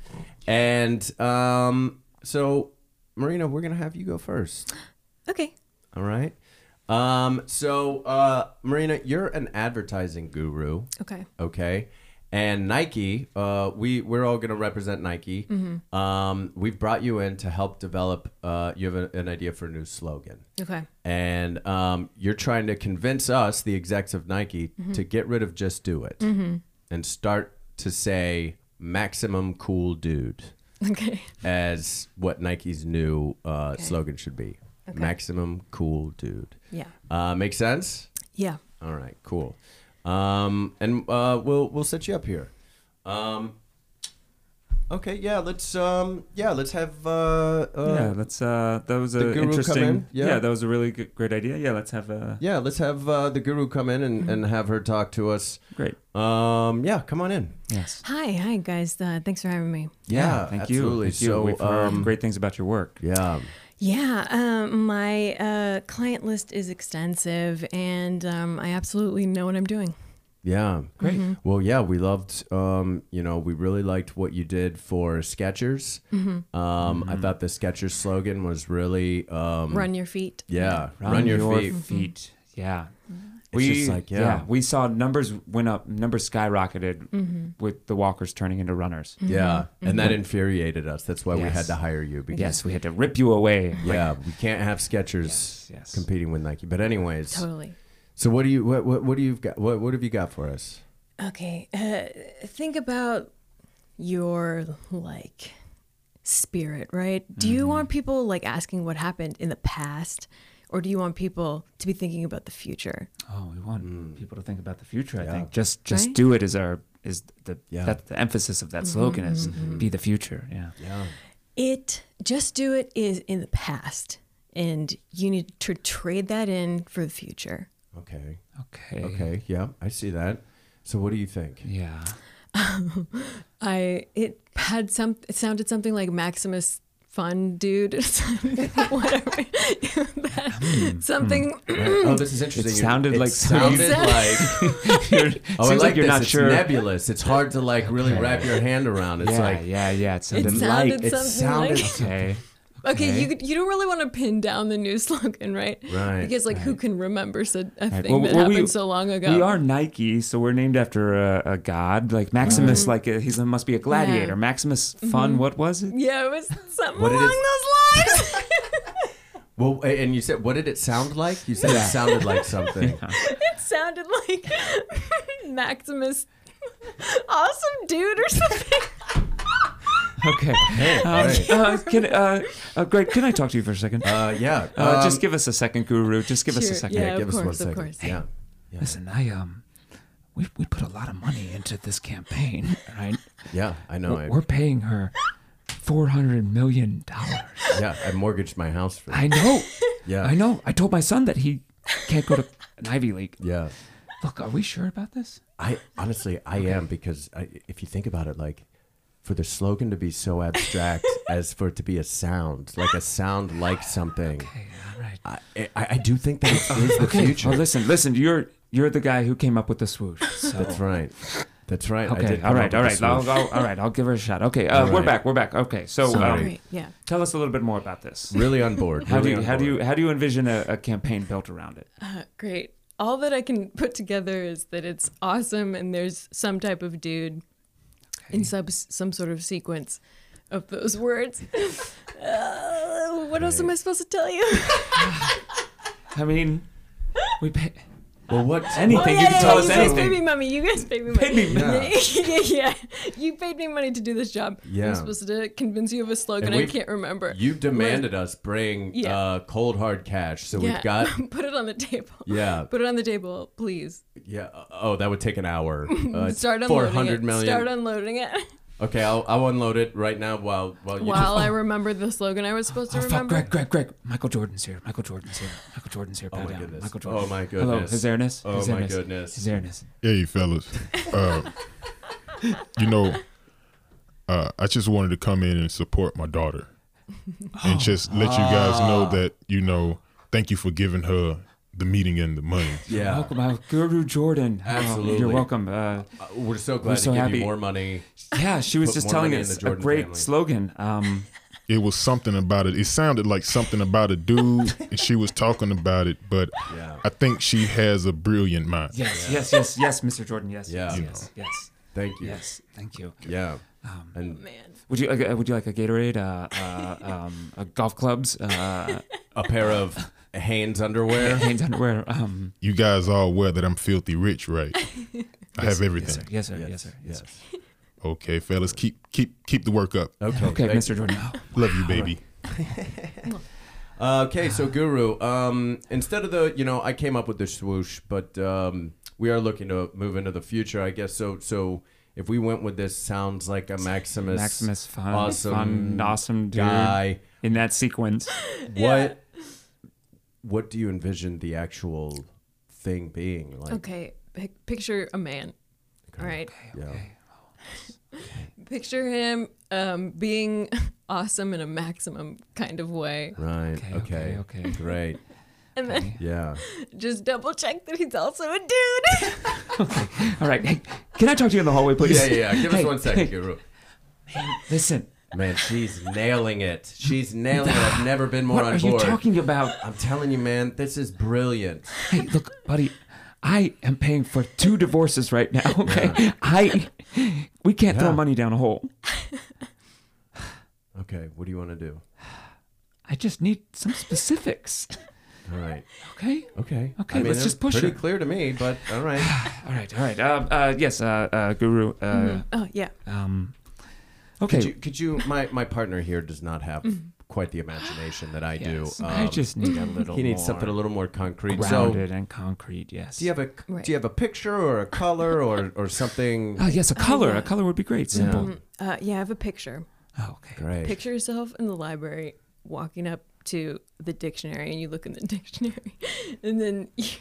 Speaker 1: And um, so, Marina, we're gonna have you go first.
Speaker 4: Okay.
Speaker 1: All right. Um, so, uh, Marina, you're an advertising guru
Speaker 4: Okay.
Speaker 1: okay and nike uh, we, we're all going to represent nike um, we've brought you in to help develop uh, you have a, an idea for a new slogan
Speaker 4: Okay.
Speaker 1: and um, you're trying to convince us the execs of nike to get rid of just do it and start to say maximum cool dude
Speaker 4: Okay.
Speaker 1: as what nike's new uh, slogan should be maximum cool dude
Speaker 4: Yeah.
Speaker 1: uh, make sense
Speaker 4: Yeah.
Speaker 1: all right, cool. Um, and uh, we'll we'll set you up here. Um, okay, yeah, let's um, yeah, let's have uh,
Speaker 2: yeah,
Speaker 1: uh, yeah.
Speaker 2: that's uh, that was
Speaker 1: the
Speaker 2: a
Speaker 1: guru come
Speaker 2: interesting.
Speaker 1: in? Yeah.
Speaker 2: Yeah. that was a really good, great idea. Yeah, let's have a
Speaker 1: let's have uh, the guru come in
Speaker 2: Mm-hmm.
Speaker 1: and, and have her talk to us.
Speaker 2: great.
Speaker 1: Um, yeah, come on in.
Speaker 2: Yes.
Speaker 4: Hi. Hi, guys. Uh, thanks for having me.
Speaker 2: thank
Speaker 1: absolutely.
Speaker 2: you. Thank you.
Speaker 1: So,
Speaker 2: We've heard
Speaker 1: um,
Speaker 2: great things about your work.
Speaker 1: Yeah,
Speaker 4: Yeah, um, my uh, client list is extensive, and um, I absolutely know what I'm doing.
Speaker 1: yeah, great.
Speaker 2: Mm-hmm.
Speaker 1: Well, yeah, we loved. Um, you know, we really liked what you did for Skechers.
Speaker 2: Mm-hmm.
Speaker 1: Um, I thought the Skechers slogan was really um,
Speaker 4: Run your feet.
Speaker 1: Yeah, run, your, feet.
Speaker 2: feet. Yeah.
Speaker 1: just like, yeah.
Speaker 2: we saw numbers went up, numbers skyrocketed with the walkers turning into runners.
Speaker 1: Yeah, and that infuriated us. That's why we had
Speaker 2: Mm-hmm. Yes.
Speaker 1: to hire you because
Speaker 2: Yes, we had to rip you away.
Speaker 1: yeah, we can't have Skechers
Speaker 2: Yes, yes.
Speaker 1: competing with Nike. But anyways,
Speaker 4: Totally.
Speaker 1: so what do you what what, what do you got? What what have you got for us?
Speaker 4: Okay, uh, think about your like spirit, right? Do you want people like asking what happened in the past, or do you want people to be thinking about the future?
Speaker 2: Oh, we want people to think about the future. I think
Speaker 1: Mm. Yeah.
Speaker 2: just just
Speaker 4: Right?
Speaker 2: do it is our is the
Speaker 1: Yeah.
Speaker 2: that's the emphasis of that
Speaker 4: Mm-hmm,
Speaker 2: slogan is be the future. Yeah.
Speaker 1: Yeah,
Speaker 4: It just do it is in the past, and you need to trade that in for the future.
Speaker 1: okay,
Speaker 2: Okay.
Speaker 1: okay, yeah, I see that. So what do you think?
Speaker 2: Yeah.
Speaker 4: I it had some it sounded something like Maximus Fun Dude, whatever. That- something
Speaker 1: oh, this is interesting. You-
Speaker 2: sounded like-
Speaker 1: sounded like.
Speaker 2: You're-
Speaker 1: Oh,
Speaker 2: seems
Speaker 1: I like,
Speaker 2: like you're
Speaker 1: this.
Speaker 2: not
Speaker 1: it's
Speaker 2: sure.
Speaker 1: nebulous. It's hard to like really wrap your hand around. It's
Speaker 2: Yeah,
Speaker 1: like
Speaker 2: yeah, yeah. It sounded
Speaker 4: sounded
Speaker 2: light.
Speaker 1: it
Speaker 4: Something
Speaker 1: sounded
Speaker 4: like-
Speaker 2: okay.
Speaker 4: okay. You could- you don't really want to pin down the new slogan, right?
Speaker 1: Right,
Speaker 4: Because like who can remember so, a
Speaker 2: Right.
Speaker 4: thing that happened so long ago?
Speaker 2: We are Nike, so we're named after a, a god. Like Maximus, like a, he's a, must be a gladiator.
Speaker 4: Mm-hmm. Yeah. Mm-hmm.
Speaker 2: Maximus Fun, what was it?
Speaker 4: yeah, it was something
Speaker 1: What it
Speaker 4: along
Speaker 1: is-
Speaker 4: those lines.
Speaker 1: well, a- and you said what did it sound like? You said it sounded like something.
Speaker 4: it sounded like Maximus, awesome dude or something.
Speaker 2: Okay. Um,
Speaker 1: hey.
Speaker 2: uh, can, uh, uh, Greg, can I talk to you for a second? Uh,
Speaker 1: Uh, yeah,
Speaker 2: just
Speaker 1: um,
Speaker 2: give us a second, Guru. Just give us a
Speaker 4: Sure,
Speaker 2: second.
Speaker 4: yeah.
Speaker 1: give us
Speaker 4: Of
Speaker 1: one
Speaker 4: course, of
Speaker 1: second.
Speaker 4: course.
Speaker 1: Yeah.
Speaker 2: Listen, I um, we we put a lot of money into this campaign, right?
Speaker 1: Yeah, I know. I,
Speaker 2: We're paying her four hundred million dollars.
Speaker 1: yeah, I mortgaged my house for
Speaker 2: I know.
Speaker 1: Yeah.
Speaker 2: I know. I told my son that he can't go to an Ivy League.
Speaker 1: Yeah.
Speaker 2: Look, are we sure about this?
Speaker 1: I honestly, I am because I, if you think about it, like for the slogan to be so abstract as for it to be a sound, like a sound like something,
Speaker 2: Hey, all right.
Speaker 1: I, I, I do think that it is the
Speaker 2: Okay.
Speaker 1: future.
Speaker 2: Well, listen, listen. You're you're the guy who came up with the swoosh. So
Speaker 1: That's right. That's right. I
Speaker 2: Okay.
Speaker 1: did
Speaker 2: All
Speaker 1: come
Speaker 2: right. All
Speaker 1: up with the
Speaker 2: right. I'll,
Speaker 1: swoosh.
Speaker 2: I'll- all right. I'll give her a shot. Okay. Uh,
Speaker 1: All
Speaker 2: We're
Speaker 1: right.
Speaker 2: back. We're back. Okay. So, um,
Speaker 1: Sorry.
Speaker 4: Yeah.
Speaker 2: tell us a little bit more about this.
Speaker 1: Really on board.
Speaker 2: How do
Speaker 1: really
Speaker 2: you
Speaker 1: on
Speaker 2: how do
Speaker 1: board.
Speaker 2: you how do you envision a, a campaign built around it?
Speaker 4: Great. All that I can put together is that it's awesome and there's some type of dude in sub, some sort of sequence of those words. Uh, what else am I supposed to tell you?
Speaker 2: I mean, we pay
Speaker 1: Well, what?
Speaker 4: Oh,
Speaker 2: anything. you can tell us
Speaker 4: you guys
Speaker 2: anything.
Speaker 4: paid me money. You guys paid me money.
Speaker 2: Paid me
Speaker 1: money.
Speaker 4: yeah. You paid me money to do this job.
Speaker 1: Yeah.
Speaker 4: I'm supposed to convince you of a slogan
Speaker 1: And
Speaker 4: I
Speaker 1: we-
Speaker 4: can't remember.
Speaker 1: You demanded us bring
Speaker 4: Yeah.
Speaker 1: uh, cold hard cash, so
Speaker 4: yeah.
Speaker 1: we've got
Speaker 4: Put it on the table.
Speaker 1: Yeah.
Speaker 4: Put it on the table, please.
Speaker 1: yeah. uh, Oh, that would take an hour. Uh, it's
Speaker 4: Start unloading
Speaker 1: 400
Speaker 4: it.
Speaker 1: million.
Speaker 4: Start unloading it.
Speaker 1: okay, I'll, I'll unload it right now while while you.
Speaker 4: While I remember the slogan I was supposed to
Speaker 2: Oh fuck!
Speaker 4: remember.
Speaker 2: Greg, Greg, Greg! Michael Jordan's here. Michael Jordan's here. Michael Jordan's here. Bow
Speaker 1: my
Speaker 2: down.
Speaker 1: goodness.
Speaker 2: Michael
Speaker 1: Oh
Speaker 2: Jordan.
Speaker 1: my
Speaker 2: Hello,
Speaker 1: goodness.
Speaker 2: his airness.
Speaker 1: Oh
Speaker 2: his
Speaker 1: my
Speaker 2: airness.
Speaker 1: goodness.
Speaker 2: His airness.
Speaker 3: Yeah, you fellas. Uh, you know, uh, I just wanted to come in and support my daughter,
Speaker 2: Oh.
Speaker 3: and just let you guys
Speaker 2: Ah.
Speaker 3: know that you know, thank you for giving her the meeting and the money.
Speaker 1: yeah,
Speaker 2: Welcome, uh, Guru Jordan. Oh,
Speaker 1: Absolutely.
Speaker 2: you're welcome. Uh,
Speaker 1: Uh, we're so glad
Speaker 2: We're
Speaker 1: to
Speaker 2: so
Speaker 1: give
Speaker 2: happy.
Speaker 1: you more money.
Speaker 2: yeah, she was
Speaker 1: Put
Speaker 2: just
Speaker 1: more
Speaker 2: telling
Speaker 1: money in
Speaker 2: us
Speaker 1: the
Speaker 2: a
Speaker 1: Jordan
Speaker 2: great
Speaker 1: family.
Speaker 2: slogan. Um,
Speaker 3: It was something about it. It sounded like something about a dude, and she was talking about it. But
Speaker 1: Yeah.
Speaker 2: Uh,
Speaker 3: I think she has a brilliant mind.
Speaker 2: yes, yes, yes, yes, Mr. Jordan. Yes,
Speaker 1: Yeah.
Speaker 2: yes,
Speaker 1: You
Speaker 2: yes, yes,
Speaker 1: Thank you.
Speaker 2: yes. Um, Thank you.
Speaker 1: Yeah. and
Speaker 4: Oh, Man.
Speaker 2: Would you like? Uh, would you like a Gatorade? Uh, uh, um, uh, golf clubs. Uh,
Speaker 1: a pair of Hanes underwear.
Speaker 2: Hanes underwear. Um,
Speaker 3: You guys all aware that I'm filthy rich, right? I have
Speaker 2: yes, sir.
Speaker 3: everything.
Speaker 2: Yes, sir. Yes, sir. Yes. sir.
Speaker 3: Okay, fellas, keep keep keep the work up.
Speaker 1: Okay.
Speaker 2: Okay,
Speaker 1: thank
Speaker 2: Mr. Jordan. Oh,
Speaker 3: Love you, baby.
Speaker 1: Uh, okay, so Guru, um, instead of the, you know, I came up with the swoosh, but um, we are looking to move into the future, I guess. So, so if we went with this, sounds like a Maximus,
Speaker 2: Maximus, fun,
Speaker 1: awesome,
Speaker 2: fun, awesome dude.
Speaker 1: guy.
Speaker 2: In that sequence,
Speaker 1: What, what do you envision the actual thing being like?
Speaker 4: Okay, pic- picture a man. All right.
Speaker 1: Yeah.
Speaker 4: Picture him um, being awesome in a maximum kind of way.
Speaker 1: Right. Okay.
Speaker 2: okay, okay.
Speaker 1: Great.
Speaker 4: And then
Speaker 1: Yeah.
Speaker 4: just double check that he's also a dude.
Speaker 2: all right. Hey, can I talk to you in the hallway, please?
Speaker 1: Yeah. Yeah. Give us
Speaker 2: Hey,
Speaker 1: one second,
Speaker 2: hey,
Speaker 1: Guru.
Speaker 2: listen,
Speaker 1: Man, she's nailing it. She's nailing it. I've never been more
Speaker 2: what
Speaker 1: on
Speaker 2: are you
Speaker 1: board.
Speaker 2: talking about?
Speaker 1: I'm telling you, man, this is brilliant.
Speaker 2: Hey, look, buddy, I am paying for two divorces right now. Okay, I we can't throw
Speaker 1: Yeah.
Speaker 2: money down a hole.
Speaker 1: Okay, what do you want to do?
Speaker 2: I just need some specifics.
Speaker 1: All right.
Speaker 2: Okay.
Speaker 1: Okay.
Speaker 2: Okay, let's
Speaker 1: they're
Speaker 2: just push
Speaker 1: pretty
Speaker 2: her.
Speaker 1: clear to me, but all right.
Speaker 2: All right. All right. Uh, uh, yes, uh, uh, Guru. Uh,
Speaker 4: oh yeah.
Speaker 2: Um. Okay.
Speaker 1: Mm-hmm. Could you, could you my, my partner here does not have quite the imagination that I
Speaker 2: yes,
Speaker 1: do.
Speaker 2: I
Speaker 1: Um,
Speaker 2: just need a little.
Speaker 1: he needs
Speaker 2: more
Speaker 1: something a little more concrete.
Speaker 2: grounded
Speaker 1: So,
Speaker 2: and concrete. Yes.
Speaker 1: do you have a
Speaker 4: Right.
Speaker 1: do you have a picture or a color or or something?
Speaker 2: Oh yes, a color. A color would be great. Simple.
Speaker 4: Uh, yeah, I have a picture.
Speaker 2: Oh, okay.
Speaker 1: Great.
Speaker 4: Picture yourself in the library walking up to the dictionary and you look in the dictionary and then you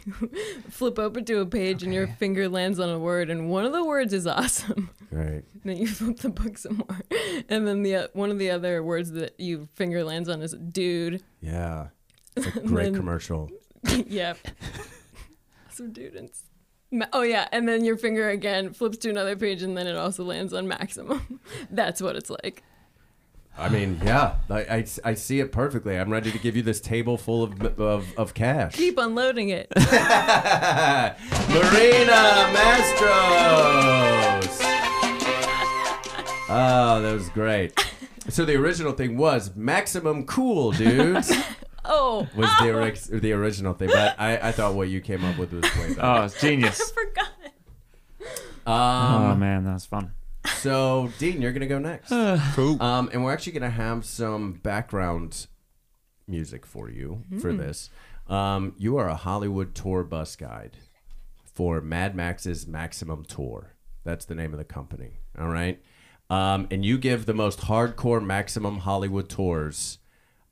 Speaker 4: flip open to a page and your finger lands on a word and one of the words is awesome.
Speaker 1: Great.
Speaker 4: And then you flip the book some more. And then the uh, one of the other words that your finger lands on is dude.
Speaker 1: Yeah. It's a great
Speaker 4: then-
Speaker 1: commercial.
Speaker 4: yep. Some dude and s- ma- Oh yeah, and then your finger again flips to another page, and then it also lands on maximum. That's what it's like.
Speaker 1: I mean, yeah, I, I, I see it perfectly. I'm ready to give you this table full of of, of cash.
Speaker 4: Keep unloading it.
Speaker 1: Marina Mastros. Oh, that was great. So the original thing was maximum cool, dudes.
Speaker 4: Oh,
Speaker 1: Was the orig- the original thing, but I, I thought what you came up with was way better.
Speaker 2: Oh, it's genius.
Speaker 4: forgot.
Speaker 1: Um,
Speaker 2: oh man, that was fun.
Speaker 1: so Dean, you're gonna go next.
Speaker 3: Cool.
Speaker 2: Uh,
Speaker 1: Um, and we're actually gonna have some background music for you for this. Um, you are a Hollywood tour bus guide for Mad Max's Maximum Tour. That's the name of the company. All right. Um, and you give the most hardcore Maximum Hollywood tours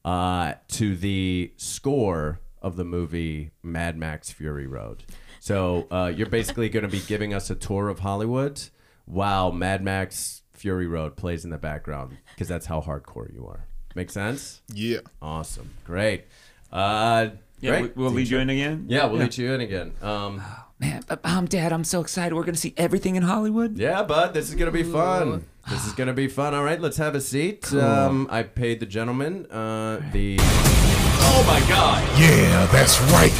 Speaker 1: uh, to the score of the movie Mad Max Fury Road. So uh, you're basically going to be giving us a tour of Hollywood while Mad Max Fury Road plays in the background because that's how hardcore you are. Make sense?
Speaker 3: yeah.
Speaker 1: Awesome. Great. Uh,
Speaker 2: Yeah,
Speaker 1: great.
Speaker 2: we, will lead you in again.
Speaker 1: yeah, we'll let you in again. Um,
Speaker 2: Man, but mom, Uh, dad, I'm so excited. We're gonna see everything in Hollywood.
Speaker 1: Yeah, bud, this is gonna be fun. This is gonna be fun. All right, let's have a seat. Um, I paid the gentleman. Uh, the oh my god,
Speaker 3: Yeah, that's right.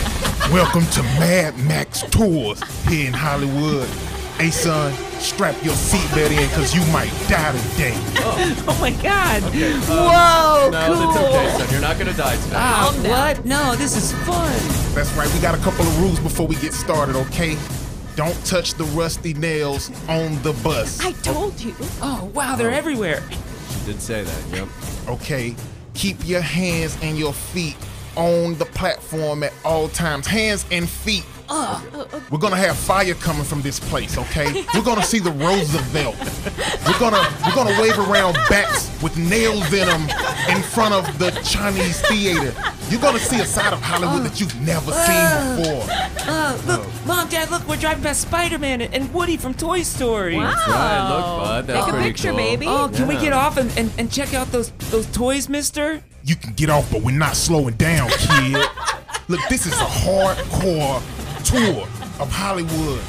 Speaker 3: Welcome to Mad Max Tours here in Hollywood. Hey, son, strap your seatbelt in because you might die today.
Speaker 2: Oh my god! Whoa!
Speaker 4: Oh,
Speaker 1: no, that's okay, son. You're not gonna die today.
Speaker 2: Ah, what? No, this is fun.
Speaker 3: That's right, we got a couple of rules before we get started, okay? Don't touch the rusty nails on the bus,
Speaker 4: I told you.
Speaker 2: Oh wow, they're everywhere.
Speaker 1: She did say that. Yep.
Speaker 3: okay? Keep your hands and your feet on the platform at all times. Hands and feet. We're gonna have fire coming from this place, okay? We're gonna see the Roosevelt. We're gonna we're gonna wave around bats with nails in them in front of the Chinese theater. You're gonna see a side of Hollywood that you've never seen before.
Speaker 2: Uh, look,
Speaker 1: Oh.
Speaker 2: mom, dad, look, we're driving past Spider-Man and, and Woody from Toy Story.
Speaker 1: That's right. Look, bud, that's
Speaker 4: Take a
Speaker 1: pretty
Speaker 4: picture,
Speaker 1: cool.
Speaker 4: baby.
Speaker 2: Oh, can we
Speaker 1: Yeah.
Speaker 2: get off and, and, and check out those those toys, Mister?
Speaker 3: you can get off, but we're not slowing down, kid. Look, this is a hardcore tour of Hollywood.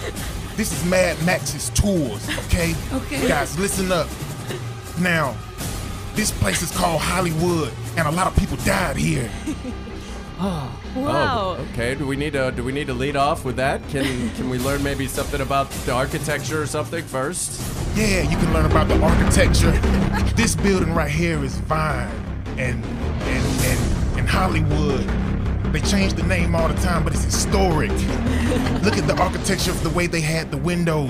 Speaker 3: This is Mad Max's tours, okay?
Speaker 2: Okay.
Speaker 3: Guys, listen up. Now, this place is called Hollywood, and a lot of people died here.
Speaker 4: Wow.
Speaker 1: Oh, okay. Do we need to do we need to lead off with that? Can can we learn maybe something about the architecture or something first?
Speaker 3: Yeah, you can learn about the architecture. This building right here is Vine and and and and Hollywood. They change the name all the time, but it's historic. Look at the architecture of the way they had the windows.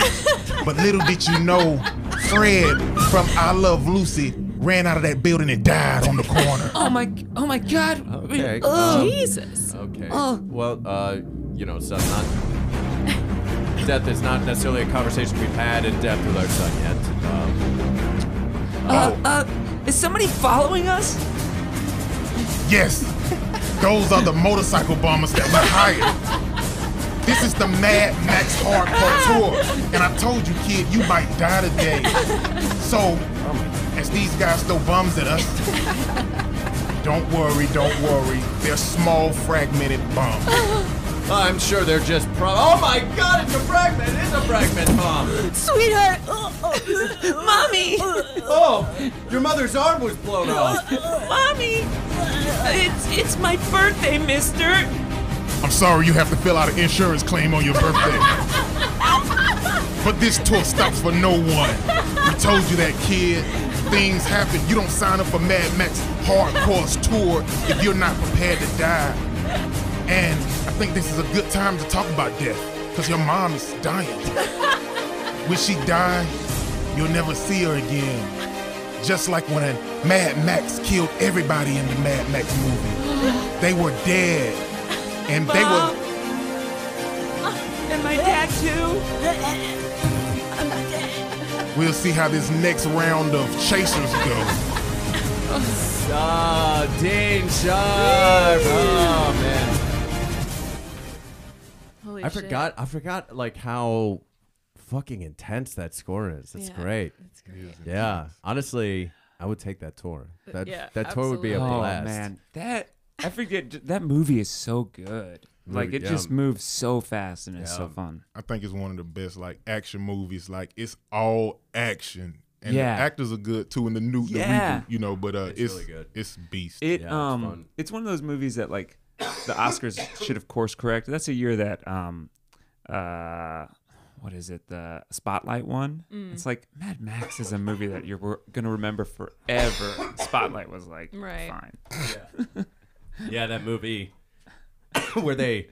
Speaker 3: But little did you know, Fred from I Love Lucy ran out of that building and died on the corner.
Speaker 2: Oh my, oh my God.
Speaker 1: Okay.
Speaker 2: Ugh.
Speaker 4: Jesus.
Speaker 1: Okay.
Speaker 2: Oh.
Speaker 1: Well, uh, you know, son, not death is not necessarily a conversation we've had in depth with our son yet. Um,
Speaker 2: uh, uh, is somebody following us?
Speaker 3: Yes, those are the motorcycle bombers that we hired. This is the Mad Max Hardcore Tour. And I told you, kid, you might die today. So, as these guys throw bombs at us, don't worry, don't worry. They're small, fragmented bombs.
Speaker 1: I'm sure they're just pro. Oh my God! It's a fragment. It's a fragment, mom.
Speaker 4: Sweetheart. Oh, oh.
Speaker 2: Mommy,
Speaker 1: Oh, your mother's arm was blown off.
Speaker 2: mommy, it's it's my birthday, Mister.
Speaker 3: I'm sorry you have to fill out an insurance claim on your birthday. but this tour stops for no one. We told you that, kid. Things happen. You don't sign up for Mad Max Hardcore's tour if you're not prepared to die. And I think this is a good time to talk about death, because your mom is dying. when she dies, you'll never see her again. Just like when Mad Max killed everybody in the Mad Max movie. They were dead. And they
Speaker 2: Mom.
Speaker 3: were
Speaker 2: And my dad too.
Speaker 3: We'll see how this next round of chasers go.
Speaker 1: Ah, Dean Sharp. Oh man.
Speaker 4: Holy
Speaker 1: I
Speaker 4: shit.
Speaker 1: forgot. I forgot like how fucking intense that score is. That's
Speaker 4: Yeah,
Speaker 1: great.
Speaker 4: That's great.
Speaker 1: Yeah. Honestly, I would take that tour. That
Speaker 4: yeah,
Speaker 1: that tour would be a
Speaker 2: Oh
Speaker 1: blast.
Speaker 2: man, that I forget. That movie is so good. Like
Speaker 1: Movie,
Speaker 2: it
Speaker 1: yeah.
Speaker 2: just moves so fast and it's so fun.
Speaker 3: I think it's one of the best like action movies. Like it's all action, and
Speaker 2: Yeah.
Speaker 3: the actors are good too. And the new,
Speaker 2: Yeah.
Speaker 3: the reboot, you know, but uh, it's it's,
Speaker 1: really good.
Speaker 3: beast.
Speaker 2: It
Speaker 1: it's
Speaker 2: um,
Speaker 1: fun.
Speaker 2: it's one of those movies that like the Oscars should have course correct. That's a year that um, uh, what is it? The Spotlight one. It's like Mad Max is a movie that you're wor- gonna remember forever. Spotlight was like
Speaker 4: Right.
Speaker 2: fine.
Speaker 1: Yeah, that movie where they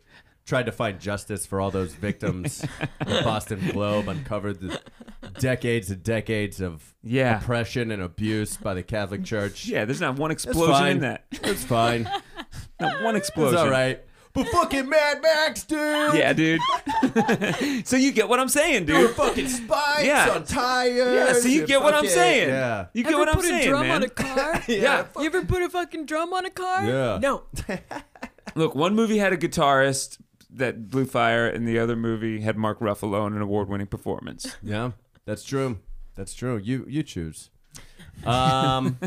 Speaker 1: tried to find justice for all those victims. the Boston Globe uncovered the decades and decades of
Speaker 2: Yeah.
Speaker 1: oppression and abuse by the Catholic Church.
Speaker 2: Yeah, there's not one
Speaker 1: It's
Speaker 2: explosion
Speaker 1: fine.
Speaker 2: in that.
Speaker 1: It's fine.
Speaker 2: Not one explosion.
Speaker 1: It's all right. But fucking Mad Max, dude.
Speaker 2: Yeah, dude. so you get what I'm saying,
Speaker 1: There were
Speaker 2: dude.
Speaker 1: fucking spikes
Speaker 2: Yeah.
Speaker 1: on tires.
Speaker 2: Yeah, so you
Speaker 1: and
Speaker 2: get what I'm
Speaker 1: fucking-
Speaker 2: saying.
Speaker 1: Yeah.
Speaker 2: You get
Speaker 4: Ever
Speaker 2: what I'm
Speaker 4: put
Speaker 2: saying,
Speaker 4: a drum
Speaker 2: man.
Speaker 4: on a car?
Speaker 2: yeah.
Speaker 4: You ever put a fucking drum on a car?
Speaker 1: Yeah.
Speaker 4: No.
Speaker 2: Look, one movie had a guitarist that blew fire, and the other movie had Mark Ruffalo in an award-winning performance.
Speaker 1: Yeah, that's true. That's true. You you choose. Um,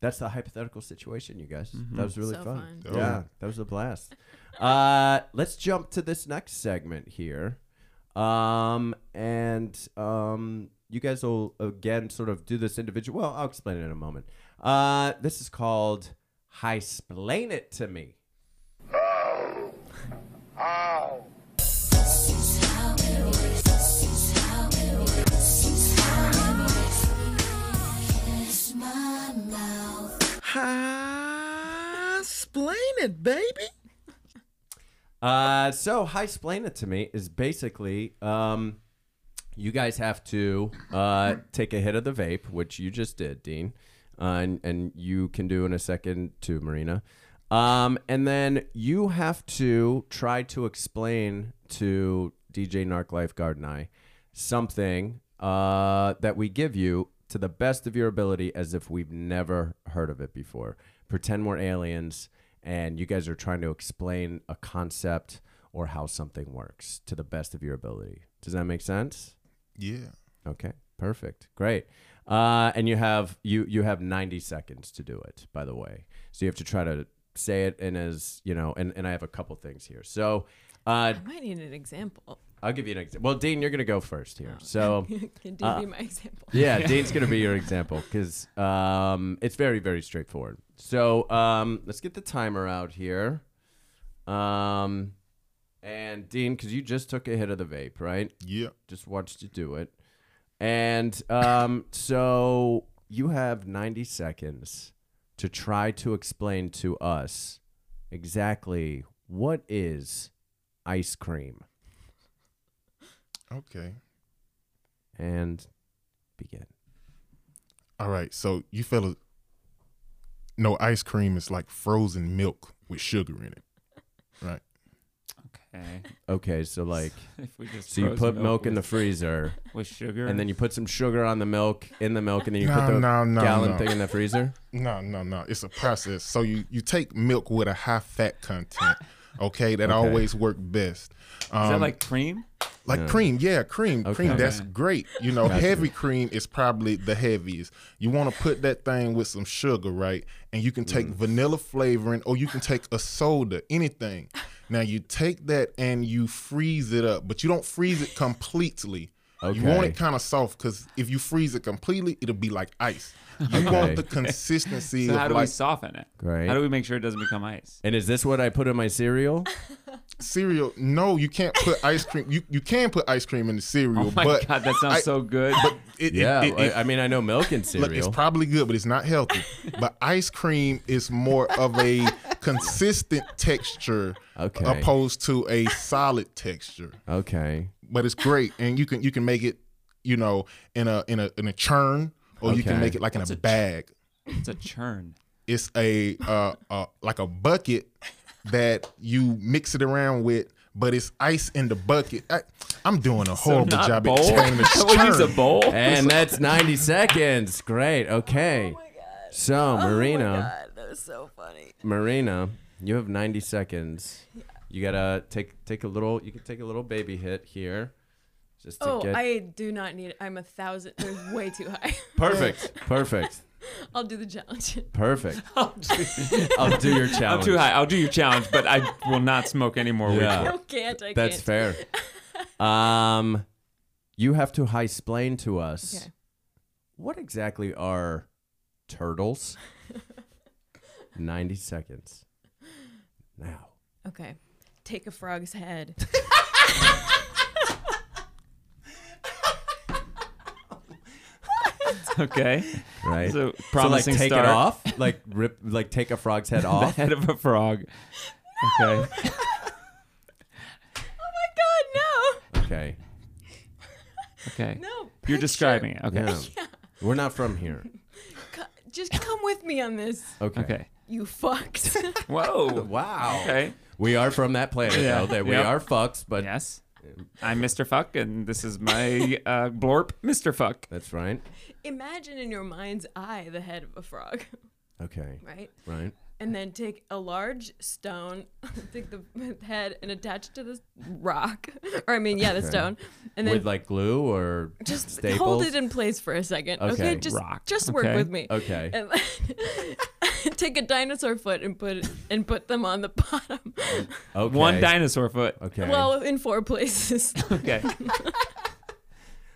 Speaker 1: That's the hypothetical situation, you guys. That was really
Speaker 4: So
Speaker 1: fun.
Speaker 4: fun.
Speaker 1: Yeah, that was a blast. Uh, let's jump to this next segment here. Um, and um, you guys will again sort of do this individual. Well, I'll explain it in a moment. Uh, this is called High Splain It to Me. Uh, so high splain it to me is basically um, you guys have to uh, take a hit of the vape, which you just did, Dean, uh, and and you can do in a second too, Marina. Um, and then you have to try to explain to DJ Narc Lifeguard and I something uh, that we give you to the best of your ability as if we've never heard of it before. Pretend we're aliens and you guys are trying to explain a concept or how something works to the best of your ability. Does that make sense?
Speaker 3: Yeah.
Speaker 1: Okay, perfect, great. Uh, and you have you you have ninety seconds to do it. By the way, so you have to try to say it in as you know. And and I have a couple things here. So uh,
Speaker 4: I might need an example.
Speaker 1: I'll give you an example. Well, Dean, you're gonna go first here. So.
Speaker 4: Can
Speaker 1: Uh,
Speaker 4: Dean be my example?
Speaker 1: Yeah, Dean's going to be your example because um, it's very, very straightforward. So um, let's get the timer out here. Um, and Dean, because you just took a hit of the vape, right?
Speaker 3: Yeah.
Speaker 1: Just watched you do it. And um, so you have 90 seconds to try to explain to us exactly what is ice cream.
Speaker 3: Okay.
Speaker 1: And begin.
Speaker 3: All right. So you fellas no ice cream is like frozen milk with sugar in it. Right.
Speaker 2: Okay.
Speaker 1: Okay, so like.
Speaker 2: If we just
Speaker 1: So you
Speaker 2: froze
Speaker 1: put milk in the
Speaker 2: with,
Speaker 1: freezer,
Speaker 2: with sugar,
Speaker 1: and then you put some sugar on the milk in the milk, and then you
Speaker 3: No,
Speaker 1: put the
Speaker 3: no, no,
Speaker 1: gallon
Speaker 3: no.
Speaker 1: thing in the freezer.
Speaker 3: No, no, no. It's a process. So you you take milk with a high fat content. Okay, that always work best. Um,
Speaker 2: is that like cream?
Speaker 3: like cream? Yeah, cream, cream.
Speaker 1: Okay.
Speaker 3: That's great. You know, heavy cream is probably the heaviest. You want to put that thing with some sugar, right? And you can
Speaker 1: Mm.
Speaker 3: take vanilla flavoring, or you can take a soda, anything. Now you take that and you freeze it up, but you don't freeze it completely. You want
Speaker 1: Okay.
Speaker 3: it kind of soft because if you freeze it completely, it'll be like ice. You
Speaker 1: Okay.
Speaker 3: want the consistency
Speaker 2: So
Speaker 3: of
Speaker 2: how do we
Speaker 3: like
Speaker 2: soften it?
Speaker 1: Great.
Speaker 2: How do we make sure it doesn't become ice?
Speaker 1: And is this what I put in my cereal?
Speaker 3: cereal. No, you can't put ice cream. You you can put ice cream in the cereal,
Speaker 2: Oh my
Speaker 3: but
Speaker 2: god, that sounds
Speaker 3: I-
Speaker 2: so good.
Speaker 3: But it,
Speaker 1: Yeah,
Speaker 3: it, it, it-
Speaker 1: I, I mean I know milk and
Speaker 3: look, it's
Speaker 1: cereal.
Speaker 3: probably good, but it's not healthy. but ice cream is more of a consistent texture,
Speaker 1: Okay.
Speaker 3: opposed to a solid texture.
Speaker 1: okay,
Speaker 3: But it's great, and you can you can make it, you know, in a in a in a churn, or you
Speaker 1: Okay.
Speaker 3: can make it like in a bag.
Speaker 2: it's a churn.
Speaker 3: it's a uh, uh like a bucket that you mix it around with but it's ice in the bucket I, i'm doing a horrible
Speaker 2: Not
Speaker 3: job
Speaker 2: bowl.
Speaker 3: explaining this
Speaker 2: We'll use a
Speaker 3: term.
Speaker 2: bowl.
Speaker 1: and that's ninety seconds. Great.
Speaker 4: Oh
Speaker 1: Okay. So Marina,
Speaker 4: God, that was so funny.
Speaker 1: Marina, you have ninety seconds. You gotta take take a little. You can take a little baby hit here, just to
Speaker 4: Oh,
Speaker 1: get
Speaker 4: I do not need. I'm a thousand. They're way too high.
Speaker 1: perfect, perfect,
Speaker 4: I'll do the challenge.
Speaker 1: perfect. I'll do your challenge.
Speaker 2: I'm too high. I'll do your challenge, but I will not smoke any more weed.
Speaker 1: Yeah.
Speaker 4: I can't. I
Speaker 1: That's
Speaker 4: can't.
Speaker 1: fair. um, you have to high explain to us
Speaker 4: Okay.
Speaker 1: what exactly are turtles. Ninety seconds. Now.
Speaker 4: Okay. Take a frog's head.
Speaker 1: Oh
Speaker 2: Okay.
Speaker 1: Right.
Speaker 2: So,
Speaker 1: So like
Speaker 2: promising
Speaker 1: take
Speaker 2: start.
Speaker 1: it off, like rip, like take a frog's head
Speaker 2: The
Speaker 1: off.
Speaker 2: head of a frog. Okay.
Speaker 4: oh my God,
Speaker 1: Okay.
Speaker 2: Okay.
Speaker 4: no. No.
Speaker 2: You're
Speaker 4: picture.
Speaker 2: describing it. Okay.
Speaker 1: Yeah. We're not from here.
Speaker 4: Co- Just come with me on this,
Speaker 1: Okay.
Speaker 2: Okay.
Speaker 4: you fucks.
Speaker 2: Whoa.
Speaker 1: Wow.
Speaker 2: Okay.
Speaker 1: We are from that planet
Speaker 2: Yeah.
Speaker 1: though. That we
Speaker 2: Yep.
Speaker 1: are fucks, but
Speaker 2: Yes. I'm Mr. Fuck, and this is my uh, blorp, Mr. Fuck.
Speaker 1: that's right.
Speaker 4: Imagine in your mind's eye the head of a frog,
Speaker 1: Okay.
Speaker 4: right?
Speaker 1: Right.
Speaker 4: and then take a large stone, take the head and attach it to the rock, or I mean, yeah, the stone, and then
Speaker 1: With like glue or
Speaker 4: just
Speaker 1: staples?
Speaker 4: hold it in place for a second. Okay,
Speaker 1: Okay.
Speaker 4: just
Speaker 2: Rock.
Speaker 4: just work
Speaker 2: Okay.
Speaker 4: with me.
Speaker 1: Okay.
Speaker 4: And take a dinosaur foot and put it, and put them on the bottom.
Speaker 1: okay.
Speaker 2: One dinosaur foot.
Speaker 1: Okay.
Speaker 4: Well, in four places.
Speaker 2: Okay.
Speaker 1: We-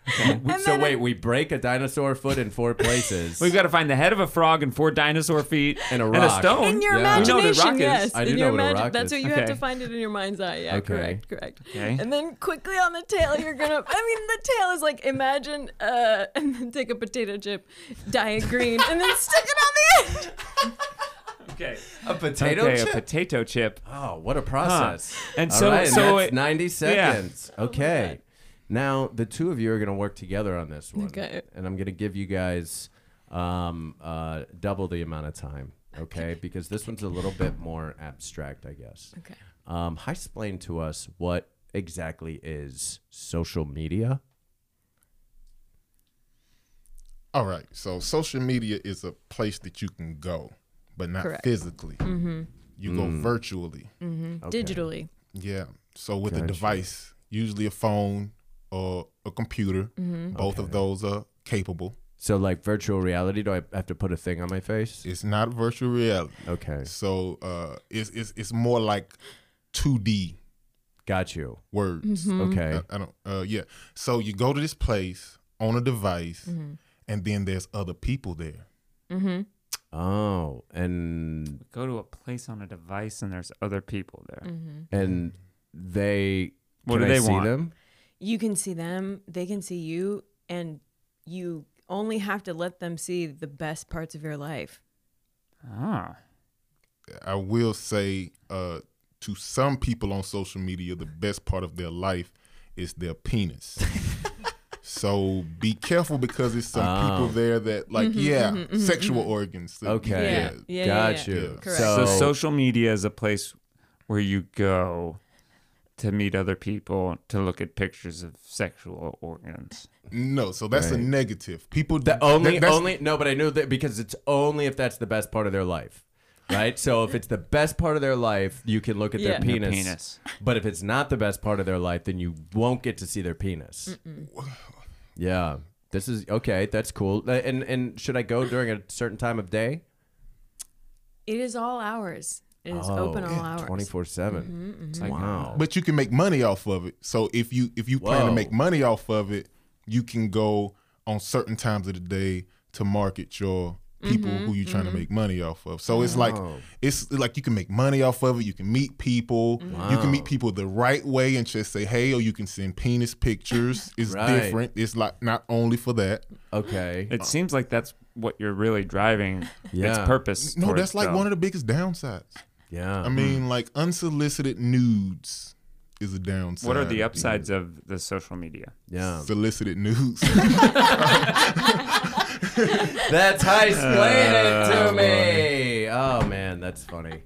Speaker 1: so
Speaker 4: then
Speaker 1: wait,
Speaker 4: it-
Speaker 1: we break a dinosaur foot in four places.
Speaker 2: We've got to find the head of a frog and four dinosaur feet
Speaker 1: And a rock.
Speaker 2: stone.
Speaker 4: In your
Speaker 1: Yeah.
Speaker 2: We know the rock
Speaker 4: imagination,
Speaker 2: is-
Speaker 4: yes.
Speaker 1: I do
Speaker 4: in
Speaker 1: know
Speaker 4: your
Speaker 1: what a
Speaker 4: imagine-
Speaker 1: rock
Speaker 4: That's
Speaker 1: is.
Speaker 4: what you have
Speaker 2: Okay.
Speaker 4: to find it in your mind's eye. Yeah,
Speaker 1: Okay.
Speaker 4: correct, correct.
Speaker 2: Okay.
Speaker 4: And then quickly on the tail, you're gonna. I mean, the tail is like imagine, uh, and then take a potato chip, dye it green, and then stick it on the end.
Speaker 2: okay.
Speaker 1: a potato
Speaker 2: okay,
Speaker 1: chip.
Speaker 2: a potato chip.
Speaker 1: oh, what a process!
Speaker 2: And
Speaker 1: All
Speaker 2: so-
Speaker 1: right, and
Speaker 2: so
Speaker 1: that's
Speaker 2: it-
Speaker 1: ninety
Speaker 2: yeah. Oh
Speaker 1: seconds. Okay, now the two of you are going to work together on this one,
Speaker 4: Okay.
Speaker 1: and I'm going to give you guys um, uh, double the amount of time. Okay, because this one's a little bit more abstract, I guess.
Speaker 4: Okay.
Speaker 1: Um, hi, explain to us what exactly is social media.
Speaker 3: All right. So social media is a place that you can go, but not
Speaker 4: Correct.
Speaker 3: physically. You go virtually.
Speaker 4: Digitally.
Speaker 3: Yeah. So with a device, usually a phone or a computer, both of those are capable.
Speaker 1: So, like virtual reality, do I have to put a thing on my face?
Speaker 3: It's not virtual reality.
Speaker 1: Okay,
Speaker 3: So uh, it's, it's it's more like 2D
Speaker 1: got you.
Speaker 3: words.
Speaker 2: Mm-hmm.
Speaker 1: Okay.
Speaker 3: I, I don't. Uh, yeah. So you go to this place on a device, and then there's other people there.
Speaker 1: Oh, and
Speaker 2: Go to a place on a device and there's other people there.
Speaker 1: and they.
Speaker 2: What
Speaker 1: can
Speaker 2: do
Speaker 1: I
Speaker 2: they
Speaker 1: see
Speaker 2: want?
Speaker 1: them?
Speaker 4: You can see them. They can see you, and you only have to let them see the best parts of your life.
Speaker 2: Oh.
Speaker 3: I will say uh, to some people on social media, the best part of their life is their penis. so be careful because there's some
Speaker 1: Oh.
Speaker 3: people there that like, yeah, sexual organs. that-
Speaker 1: Okay.
Speaker 4: Yeah. Yeah, yeah,
Speaker 1: got
Speaker 4: yeah.
Speaker 1: you.
Speaker 3: Yeah.
Speaker 4: Correct.
Speaker 1: So,
Speaker 2: So social media is a place where you go to meet other people to look at pictures of sexual organs.
Speaker 3: No, so that's a
Speaker 1: Right.
Speaker 3: negative. People
Speaker 1: the only
Speaker 3: that's-
Speaker 1: only no, but I knew that because it's only if that's the best part of their life. Right, so if it's the best part of their life, you can look at their
Speaker 4: Yeah.
Speaker 2: Your
Speaker 1: penis.
Speaker 2: penis.
Speaker 1: But if it's not the best part of their life, then you won't get to see their penis. Yeah, this is okay. That's cool. Uh, And and should I go during a certain time of day?
Speaker 4: It is all hours. It is open
Speaker 2: Oh.
Speaker 4: all hours. Mm-hmm.
Speaker 1: Twenty four seven.
Speaker 2: It's like,
Speaker 1: Wow.
Speaker 3: but you can make money off of it. So if you if you plan
Speaker 1: Whoa.
Speaker 3: to make money off of it, you can go on certain times of the day to market your people who you're trying to make money off of. So it's like it's like you can make money off of it. You can meet people.
Speaker 2: Mm-hmm.
Speaker 3: You can meet people the right way and just say hey, or you can send penis pictures. It's
Speaker 1: Right.
Speaker 3: different. It's like not only for that.
Speaker 1: Okay.
Speaker 2: It seems like that's what you're really driving its
Speaker 1: Yeah.
Speaker 2: purpose.
Speaker 3: No,
Speaker 2: towards,
Speaker 3: that's like
Speaker 2: though.
Speaker 3: one of the biggest downsides.
Speaker 1: yeah.
Speaker 2: Mm.
Speaker 3: I mean, like unsolicited nudes is a downside.
Speaker 2: What are the upsides of the social media?
Speaker 1: yeah.
Speaker 3: Solicited nudes.
Speaker 1: That's high
Speaker 3: Oh,
Speaker 1: explain it to me. Oh man, that's funny.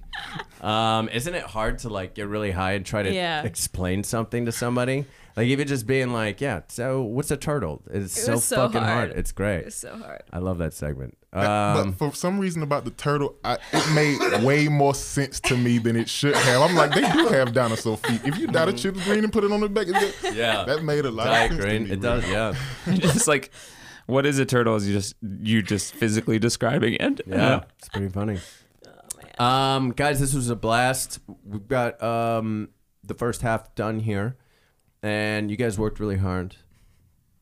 Speaker 1: Um, isn't it hard to like get really high and try to
Speaker 4: Yeah.
Speaker 1: explain something to somebody? Like even just being like, yeah. So what's a turtle? It's so
Speaker 4: was so
Speaker 1: fucking hard.
Speaker 4: hard.
Speaker 1: It's great.
Speaker 4: It's so hard.
Speaker 1: I love that segment.
Speaker 3: but
Speaker 1: Um,
Speaker 3: for some reason about the turtle, I, it made way more sense to me than it should have. I'm like, they do have dinosaur feet. If you dyed a chip green and put it on the back, it did-
Speaker 1: yeah.
Speaker 3: that made a lot
Speaker 1: Diet
Speaker 3: of sense.
Speaker 1: green.
Speaker 3: To me,
Speaker 1: It does.
Speaker 3: really.
Speaker 1: Yeah.
Speaker 2: just like what is a turtle is you just you just physically describing it Uh,
Speaker 1: Yeah, it's pretty funny. Um, guys, this was a blast. We've got um, the first half done here, and you guys worked really hard.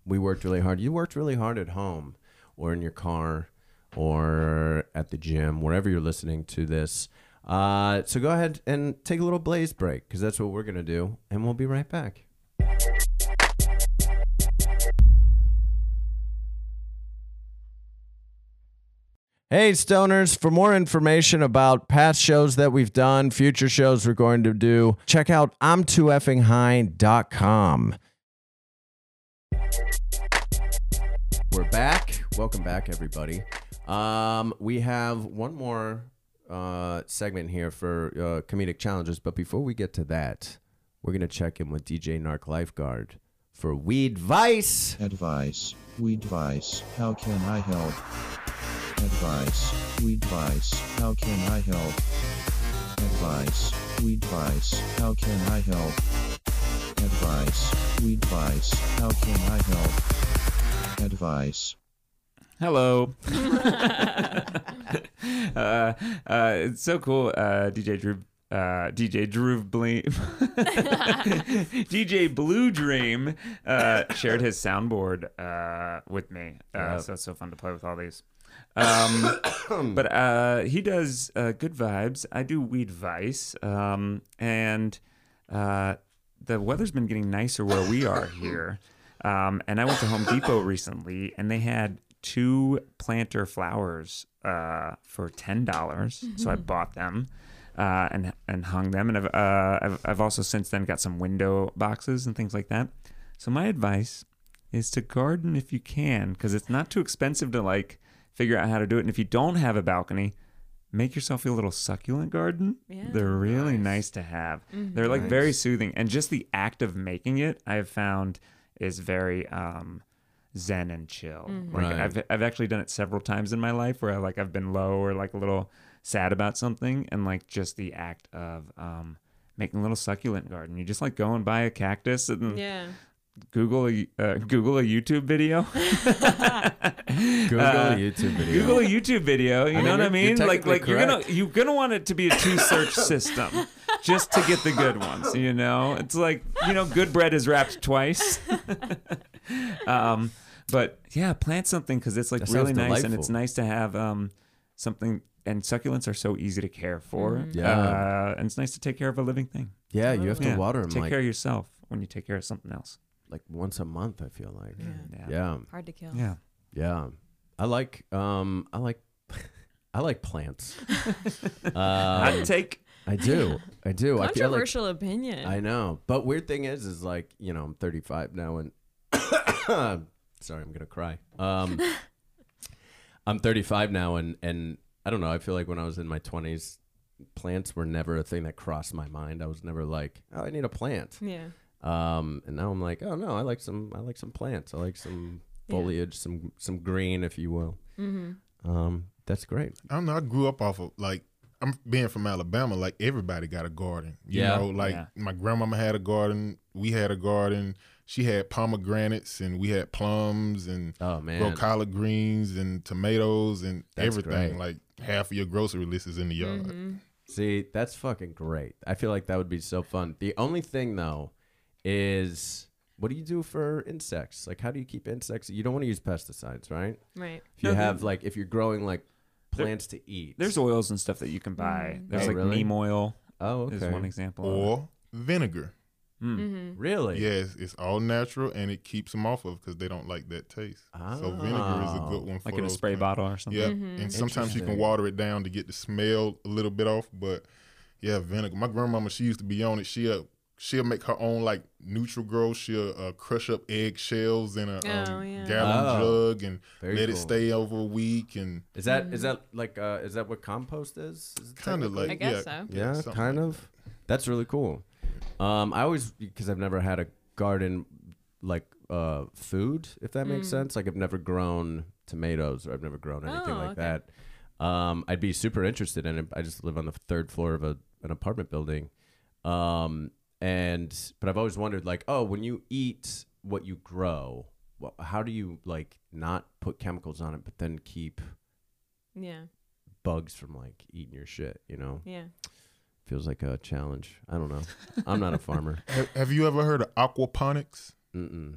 Speaker 1: We worked really hard. You worked really hard at home, or in your car, or at the gym, wherever you're listening to this. Uh, so go ahead and take a little blaze break because that's what we're gonna do, and we'll be right back. Hey, stoners, for more information about past shows that we've done, future shows we're going to do, check out I'm too effing high.com. We're back. Welcome back, everybody. Um, we have one more uh, segment here for uh, comedic challenges, but before we get to that, we're going to check in with DJ Narc Lifeguard for Weed Vice.
Speaker 7: Advice, weed advice, how can I help?
Speaker 10: Advice, advice, how can I help? Advice, advice, how can I help? Advice, advice, how can I help? Advice.
Speaker 2: Hello. uh, uh, it's so cool, uh, DJ Drew. Uh, DJ Drew Bleem, DJ Blue Dream uh, shared his soundboard uh, with me. Uh,
Speaker 1: Yeah.
Speaker 2: So it's so fun to play with all these. Um, but uh, he does uh, good vibes. I do weed vice. Um, and uh, the weather's been getting nicer where we are here. Um, and I went to Home Depot recently, and they had two planter flowers uh, for ten dollars. So I bought them uh, and and hung them. And I've, uh, I've I've also since then got some window boxes and things like that. So my advice is to garden if you can, because it's not too expensive to like figure out how to do it. And if you don't have a balcony. Make yourself a little succulent garden.
Speaker 4: Yeah. Mm-hmm.
Speaker 2: They're really nice to have. They're like very soothing, and just the act of making it, I've found, is very um, zen and chill.
Speaker 4: Mm-hmm.
Speaker 2: Like
Speaker 1: Right.
Speaker 2: I've I've actually done it several times in my life where I, like I've been low or like a little sad about something, and like just the act of um, making a little succulent garden. You just like go and buy a cactus and
Speaker 4: Yeah.
Speaker 2: Google a uh, Google a YouTube video.
Speaker 1: Google
Speaker 2: Uh,
Speaker 1: a YouTube video.
Speaker 2: Google a YouTube video. You
Speaker 1: I mean,
Speaker 2: know what I
Speaker 1: you're-
Speaker 2: mean?
Speaker 1: you're
Speaker 2: Like, like
Speaker 1: technically
Speaker 2: you're gonna you're gonna want it to be a two search system, just to get the good ones. You know, it's like you know, good bread is wrapped twice. um, but yeah, plant something because it's like
Speaker 1: That sounds
Speaker 2: really nice and it's
Speaker 1: delightful.
Speaker 2: nice to have um something. And succulents are so easy to care for.
Speaker 1: Mm-hmm. Yeah.
Speaker 2: uh, and it's nice to take care of a living thing.
Speaker 1: Yeah, you have to
Speaker 2: Yeah.
Speaker 1: water them
Speaker 2: Take
Speaker 1: like,
Speaker 2: care of yourself when you take care of something else.
Speaker 1: like once a month. I feel like.
Speaker 4: Yeah.
Speaker 1: yeah.
Speaker 4: Hard to kill.
Speaker 2: Mm. Yeah.
Speaker 1: Yeah, I like um, I like I like plants. um,
Speaker 2: Hot take.
Speaker 1: I do, I do. I feel like
Speaker 4: Controversial opinion.
Speaker 1: I know, but weird thing is, is like you know I'm 35 now, and sorry, I'm gonna cry. Um, I'm 35 now, and and I don't know. I feel like when I was in my 20s, plants were never a thing that crossed my mind. I was never like, oh, I need a plant.
Speaker 4: yeah.
Speaker 1: Um, and now I'm like, oh no, I like some, I like some plants, I like some
Speaker 4: Yeah.
Speaker 1: foliage, some some green, if you will. Mm-hmm. Um, that's great.
Speaker 3: I don't know. I grew up off of like I'm being from Alabama. Like everybody got a garden. You
Speaker 1: Yeah.
Speaker 3: know, like
Speaker 2: Yeah.
Speaker 3: my grandmama had a garden. We had a garden. She had pomegranates and we had plums and
Speaker 1: Oh man,
Speaker 3: grow collard greens and tomatoes and
Speaker 1: That's
Speaker 3: everything.
Speaker 1: great.
Speaker 3: Like half of your grocery list is in the yard.
Speaker 1: see, that's fucking great. I feel like that would be so fun. The only thing though is, what do you do for insects? Like, how do you keep insects? You don't want to use pesticides, right?
Speaker 4: Right.
Speaker 1: If you
Speaker 2: No,
Speaker 1: have like, if you're growing like plants to eat,
Speaker 2: There's oils and stuff that you can buy. There's
Speaker 1: Oh,
Speaker 2: like
Speaker 1: really?
Speaker 2: neem oil.
Speaker 1: oh
Speaker 2: There's
Speaker 1: okay,
Speaker 2: one example. of it.
Speaker 3: Or vinegar.
Speaker 1: really,
Speaker 3: Yes, it's all natural and it keeps them off of because they don't like that taste. So vinegar is a
Speaker 1: Oh.
Speaker 3: good one for
Speaker 2: like in a
Speaker 3: those
Speaker 2: spray
Speaker 3: plants.
Speaker 2: bottle or something.
Speaker 3: Yeah,
Speaker 4: Mm-hmm.
Speaker 3: and sometimes you can
Speaker 1: Interesting.
Speaker 3: water it down to get the smell a little bit off, but yeah, vinegar. My grandmama, she used to be on it. She'll she'll make her own like neutral grow. She'll uh, crush up eggshells in a um,
Speaker 4: Oh, yeah.
Speaker 3: gallon
Speaker 1: Oh.
Speaker 3: jug and
Speaker 1: Very
Speaker 3: let it
Speaker 1: cool.
Speaker 3: stay over a week and
Speaker 1: Is that is that like uh, is that what compost is? is it
Speaker 3: kind of
Speaker 1: technically-
Speaker 3: like
Speaker 4: I guess
Speaker 3: yeah,
Speaker 4: so.
Speaker 1: Yeah,
Speaker 3: something
Speaker 1: kind
Speaker 3: like
Speaker 1: of. That's really cool. Um, I always because I've never had a garden like uh food, if that
Speaker 4: Mm.
Speaker 1: makes sense. Like I've never grown tomatoes or I've never grown anything
Speaker 4: Oh,
Speaker 1: like
Speaker 4: okay.
Speaker 1: that. Um, I'd be super interested in it. I just live on the third floor of a, an apartment building. Um, and but I've always wondered like, oh, when you eat what you grow, wh- how do you like not put chemicals on it, but then keep
Speaker 4: Yeah.
Speaker 1: bugs from like eating your shit? You know,
Speaker 4: Yeah.
Speaker 1: feels like a challenge. I don't know. I'm not a farmer.
Speaker 3: that. Have, have you ever heard of aquaponics?
Speaker 1: Mm-mm.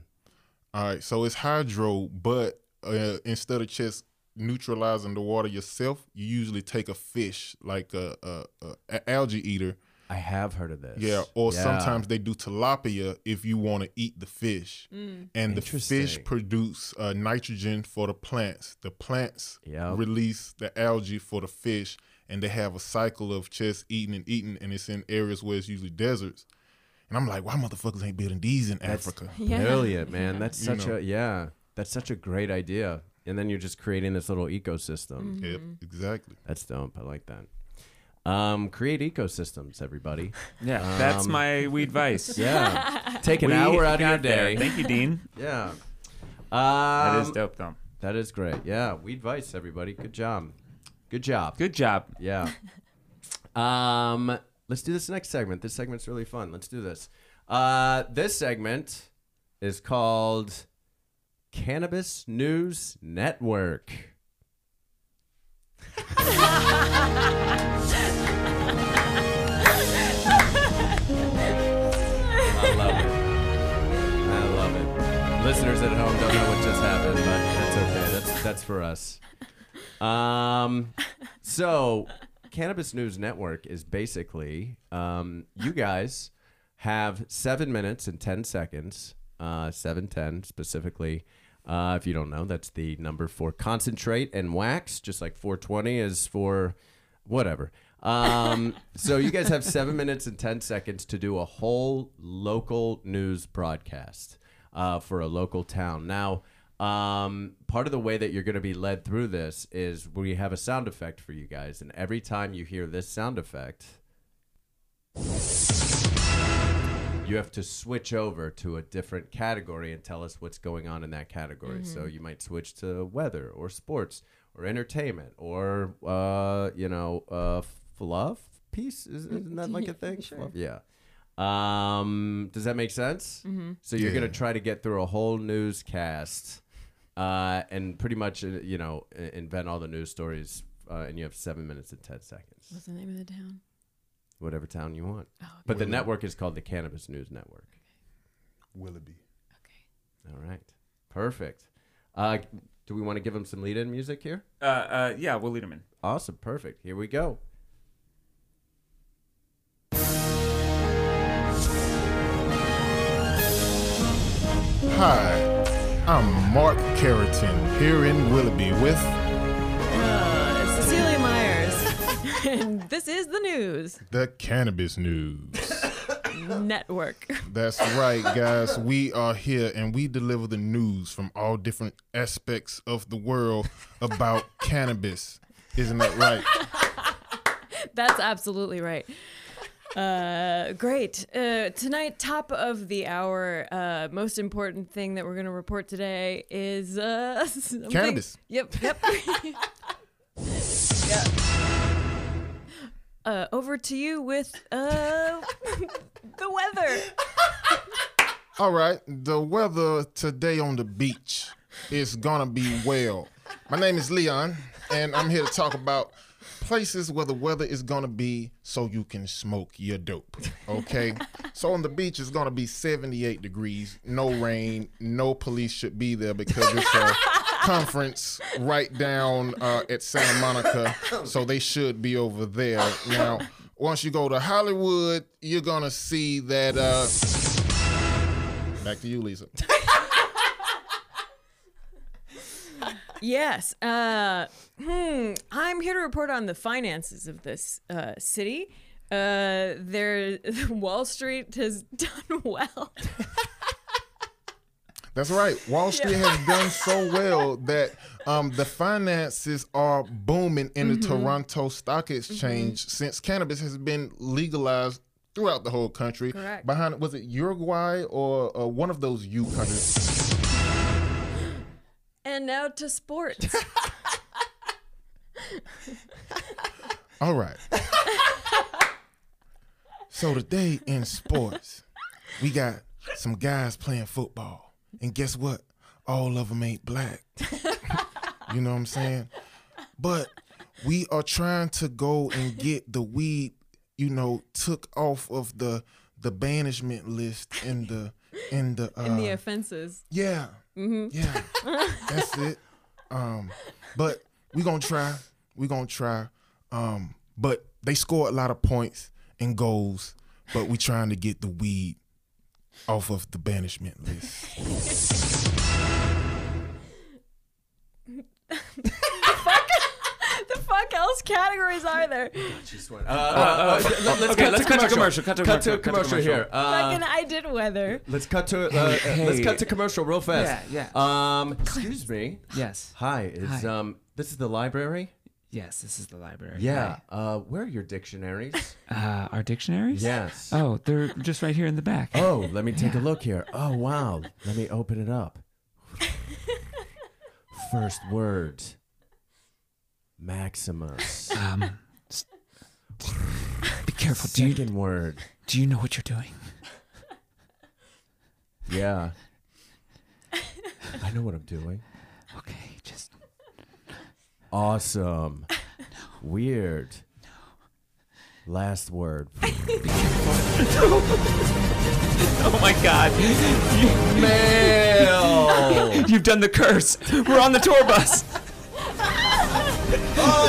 Speaker 3: All right, so it's hydro, but uh, instead of just neutralizing the water yourself, you usually take a fish, like a, a, a, a algae eater,
Speaker 1: I have heard of this.
Speaker 3: Yeah, or
Speaker 1: Yeah.
Speaker 3: sometimes they do tilapia if you want to eat the fish, and the fish
Speaker 1: Interesting.
Speaker 3: produce uh, nitrogen for the plants. The plants
Speaker 1: Yep.
Speaker 3: release the algae for the fish, and they have a cycle of just eating and eating, and it's in areas where it's usually deserts. And I'm like, why motherfuckers ain't building these in
Speaker 1: That's-
Speaker 3: Africa?
Speaker 4: Yeah.
Speaker 1: brilliant, man. That's
Speaker 3: You
Speaker 1: such
Speaker 3: know.
Speaker 1: a yeah. That's such a great idea. And then you're just creating this little ecosystem.
Speaker 3: Yep, exactly.
Speaker 1: That's dope. I like that. Um, create ecosystems, everybody.
Speaker 2: Yeah, that's my weed vice.
Speaker 1: Yeah, take Um, an
Speaker 2: We
Speaker 1: hour out of your
Speaker 2: got there.
Speaker 1: day.
Speaker 2: Thank you, Dean.
Speaker 1: Yeah, um,
Speaker 2: That is dope, though.
Speaker 1: That is great. Yeah, weed vice, everybody. Good job. Good job.
Speaker 2: Good job.
Speaker 1: Yeah. um, let's do this next segment. This segment's really fun. Let's do this. Uh, this segment is called Cannabis News Network. I love it. I love it. Listeners at home don't know what just happened, but that's okay. That's that's for us. Um, so Cannabis News Network is basically um, you guys have seven minutes and ten seconds, uh, seven ten specifically. Uh, if you don't know, that's the number for concentrate and wax, just like 420 is for whatever. Um, so you guys have seven minutes and 10 seconds to do a whole local news broadcast uh, for a local town. Now, um, part of the way that you're going to be led through this is we have a sound effect for you guys. And every time you hear this sound effect, you have to switch over to a different category and tell us what's going on in that category. So you might switch to weather or sports or entertainment or uh, you know uh, fluff piece. Is, isn't that like a thing? Fluff? Yeah. Um, does that make sense?
Speaker 11: Mhm.
Speaker 1: So you're
Speaker 11: Yeah.
Speaker 1: gonna try to get through a whole newscast uh, and pretty much uh, you know i- invent all the news stories. Uh, and you have seven minutes and ten seconds,
Speaker 4: What's the name of the town?
Speaker 1: whatever town you want.
Speaker 4: Oh,
Speaker 1: But the
Speaker 3: Will-
Speaker 1: network is called the Cannabis News Network.
Speaker 3: Willoughby.
Speaker 1: All right. Perfect. Uh, do we want to give him some lead in music here?
Speaker 2: Uh, uh, yeah, we'll lead him in.
Speaker 1: Awesome. Perfect. Here we go.
Speaker 3: Hi, I'm Mark Carrington here in Willoughby with
Speaker 4: Uh, Cecilia Myers. and this is the news
Speaker 3: the Cannabis News.
Speaker 4: network.
Speaker 3: That's right, guys. We are here and we deliver the news from all different aspects of the world about cannabis. Isn't that right?
Speaker 4: That's absolutely right. Uh, great. Uh, tonight, top of the hour, uh, most important thing that we're going to report today is uh, something-
Speaker 3: Cannabis.
Speaker 4: Yep. Yep. yep. Uh, over to you with uh, the weather.
Speaker 3: All right, the weather today on the beach is gonna be well. My name is Leon, and I'm here to talk about places where the weather is gonna be so you can smoke your dope. Okay, so on the beach it's gonna be 78 degrees, no rain, no police should be there because it's a conference right down uh, at Santa Monica, so they should be over there now. Once you go to Hollywood, you're gonna see that. Uh, Back to you, Lisa.
Speaker 4: Yes. Uh, hmm. I'm here to report on the finances of this uh, city. Uh, there, Wall Street has done well.
Speaker 3: That's right. Wall Street has done so well that um, the finances are booming in the Toronto Stock Exchange since cannabis has been legalized throughout the whole country.
Speaker 11: Correct.
Speaker 3: Behind was it Uruguay or uh, one of those U countries?
Speaker 4: And now to sports.
Speaker 3: All right. so today in sports, we got some guys playing football, and guess what? All of them ain't black. you know what I'm saying? But we are trying to go and get the weed, you know, took off of the the banishment list in the in the uh,
Speaker 4: in the offenses.
Speaker 3: yeah.
Speaker 4: Mm-hmm.
Speaker 3: Yeah. That's it. Um, but we gonna try. We gonna try. Um, but they score a lot of points and goals. But we trying to get the weed off of the banishment list.
Speaker 4: the fuck else categories are there?
Speaker 1: Uh, uh, uh, let- let's
Speaker 2: okay,
Speaker 1: cut
Speaker 2: let's
Speaker 1: to
Speaker 2: cut to
Speaker 1: commercial.
Speaker 2: commercial, cut to
Speaker 1: Cut
Speaker 2: commercial, cut
Speaker 1: to
Speaker 2: to
Speaker 1: commercial
Speaker 2: commercial.
Speaker 1: here. Uh,
Speaker 4: Fucking I did weather.
Speaker 1: Let's cut to uh,
Speaker 2: Hey,
Speaker 1: uh, let's
Speaker 2: hey.
Speaker 1: cut to commercial real fast.
Speaker 2: Yeah,
Speaker 1: yeah. Um, excuse me.
Speaker 2: Yes.
Speaker 1: Hi. Is
Speaker 2: Hi.
Speaker 1: um this is the library?
Speaker 2: Yes, this is the library.
Speaker 1: Yeah. Uh, where are your dictionaries?
Speaker 2: Uh, our dictionaries?
Speaker 1: Yes.
Speaker 2: Oh, they're just right here in the back.
Speaker 1: oh, let me take a look here. Oh wow. Let me open it up. first word? Maximus.
Speaker 2: Um, s- be careful. Do you,
Speaker 1: Second word.
Speaker 2: do you know what you're doing?
Speaker 1: Yeah. I know what I'm doing.
Speaker 2: Okay, just
Speaker 1: Awesome. Weird. Last word.
Speaker 2: Oh my god.
Speaker 1: Mail.
Speaker 2: You've done the curse. We're on the tour bus.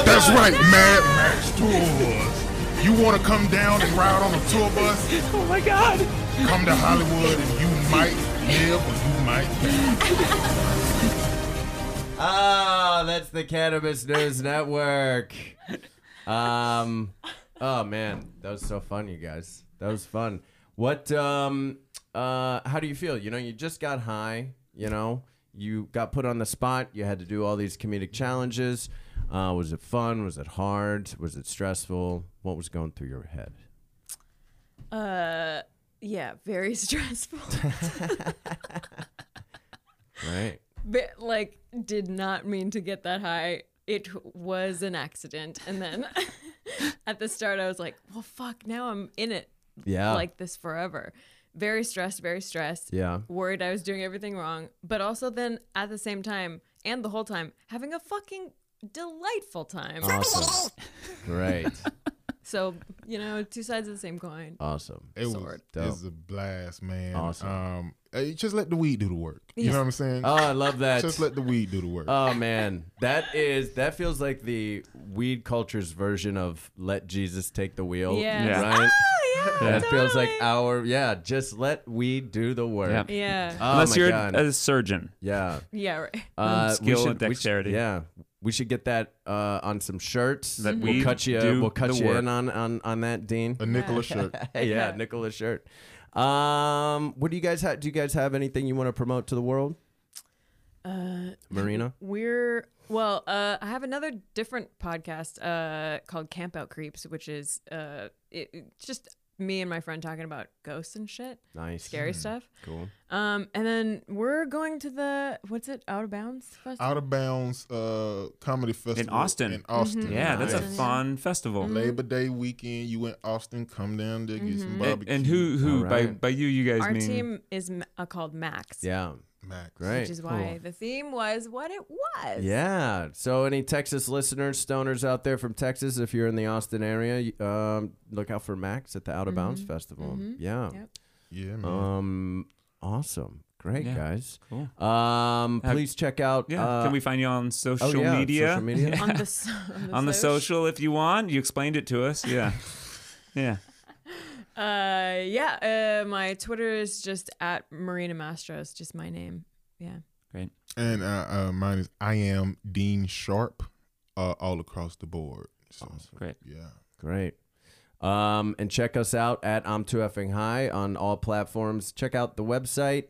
Speaker 3: That's right, Mad Max Tours. You want to come down and ride on a tour bus?
Speaker 2: Oh my god.
Speaker 3: Come to Hollywood and you might live or you might die.
Speaker 1: Ah, that's the Cannabis News Network. Um, oh man, that was so fun, you guys. That was fun. What? Um, uh, how do you feel? You know, you just got high. You know, you got put on the spot. You had to do all these comedic challenges. Uh, was it fun? Was it hard? Was it stressful? What was going through your head?
Speaker 4: Uh, yeah, very stressful.
Speaker 1: Right.
Speaker 4: but, like, did not mean to get that high. It was an accident, and then at the start, I was like, "Well, fuck! Now I'm in it,
Speaker 1: Yeah.
Speaker 4: like this forever." Very stressed, very stressed.
Speaker 1: Yeah.
Speaker 4: Worried I was doing everything wrong, but also then at the same time and the whole time having a fucking delightful time.
Speaker 1: Awesome. Great.
Speaker 4: So you know, two sides of the same coin.
Speaker 1: Awesome.
Speaker 3: It was,
Speaker 4: Sword.
Speaker 1: Dope.
Speaker 3: it was a blast, man.
Speaker 1: Awesome.
Speaker 3: Um, hey, just let the weed do the work. You know what I'm saying?
Speaker 1: Oh, I love that.
Speaker 3: just let the weed do the work.
Speaker 1: Oh man, that is that feels like the weed culture's version of "Let Jesus take the wheel."
Speaker 4: Yeah. Oh,
Speaker 2: Yeah.
Speaker 1: right.
Speaker 4: Yeah,
Speaker 1: That feels like
Speaker 4: Ah, totally.
Speaker 1: our yeah. Just let weed do the work.
Speaker 2: Yeah.
Speaker 4: Yeah.
Speaker 1: Oh
Speaker 2: Unless
Speaker 1: my
Speaker 2: you're
Speaker 1: God.
Speaker 2: a surgeon.
Speaker 1: yeah.
Speaker 4: yeah, right.
Speaker 1: Uh, we
Speaker 2: skill
Speaker 1: should-
Speaker 2: and
Speaker 1: we should-
Speaker 2: dexterity.
Speaker 1: yeah, we should get that uh, on some shirts.
Speaker 2: That
Speaker 1: we'll
Speaker 2: weed
Speaker 1: cut you.
Speaker 2: do
Speaker 1: We'll cut
Speaker 2: the
Speaker 1: you
Speaker 2: work.
Speaker 1: in on on on that, Dean.
Speaker 3: a Nicola shirt.
Speaker 1: yeah, Nicholas shirt. Um, what do you guys have? Do you guys have anything you want to promote to the world? Uh, Marina.
Speaker 4: We're well. Uh, I have another different podcast uh, called Camp Out Creeps, which is uh, it, it's just me and my friend talking about ghosts and shit,
Speaker 1: Nice.
Speaker 4: scary stuff.
Speaker 1: Cool.
Speaker 4: Um, and then we're going to the what's it, Out of Bounds Festival?
Speaker 3: Out of bounds uh, comedy festival
Speaker 2: Austin. Mm-hmm.
Speaker 3: In Austin,
Speaker 2: Yeah, that's a
Speaker 3: Yes.
Speaker 2: fun festival.
Speaker 3: Labor Day weekend. You in Austin? Come down there, get some
Speaker 2: And,
Speaker 3: barbecue.
Speaker 2: Mm-hmm. and who who
Speaker 1: All
Speaker 2: by
Speaker 1: right.
Speaker 2: by you you guys
Speaker 4: Our
Speaker 2: mean
Speaker 4: team is m- uh, called Max,
Speaker 1: Yeah.
Speaker 3: Max.
Speaker 1: Great.
Speaker 4: which is why the theme was what it was.
Speaker 1: Yeah. So, any Texas listeners, stoners out there from Texas, if you're in the Austin area, you- um, look out for Max at the Out of Bounds Festival. Yeah.
Speaker 4: Yep.
Speaker 3: Yeah, man.
Speaker 2: Oh.
Speaker 1: Um, awesome. Great,
Speaker 2: Yeah.
Speaker 1: guys.
Speaker 2: Cool.
Speaker 1: Um,
Speaker 2: Have-
Speaker 1: please check out.
Speaker 2: Yeah,
Speaker 1: uh,
Speaker 2: can we find you on social
Speaker 1: oh, yeah,
Speaker 2: media?
Speaker 1: Social media.
Speaker 4: On the so- on the,
Speaker 2: on the
Speaker 4: social.
Speaker 2: social if you want. You explained it to us. Yeah. yeah.
Speaker 4: Uh, yeah. Uh, my Twitter is just at Marina Mastros, just my name. Yeah.
Speaker 2: Great.
Speaker 3: And uh, uh, mine is I am Dean Sharp, uh, all across the board. So,
Speaker 2: Oh, Great.
Speaker 3: Yeah.
Speaker 1: Great. Um, and check us out at I'm Too Effing High on all platforms. Check out the website.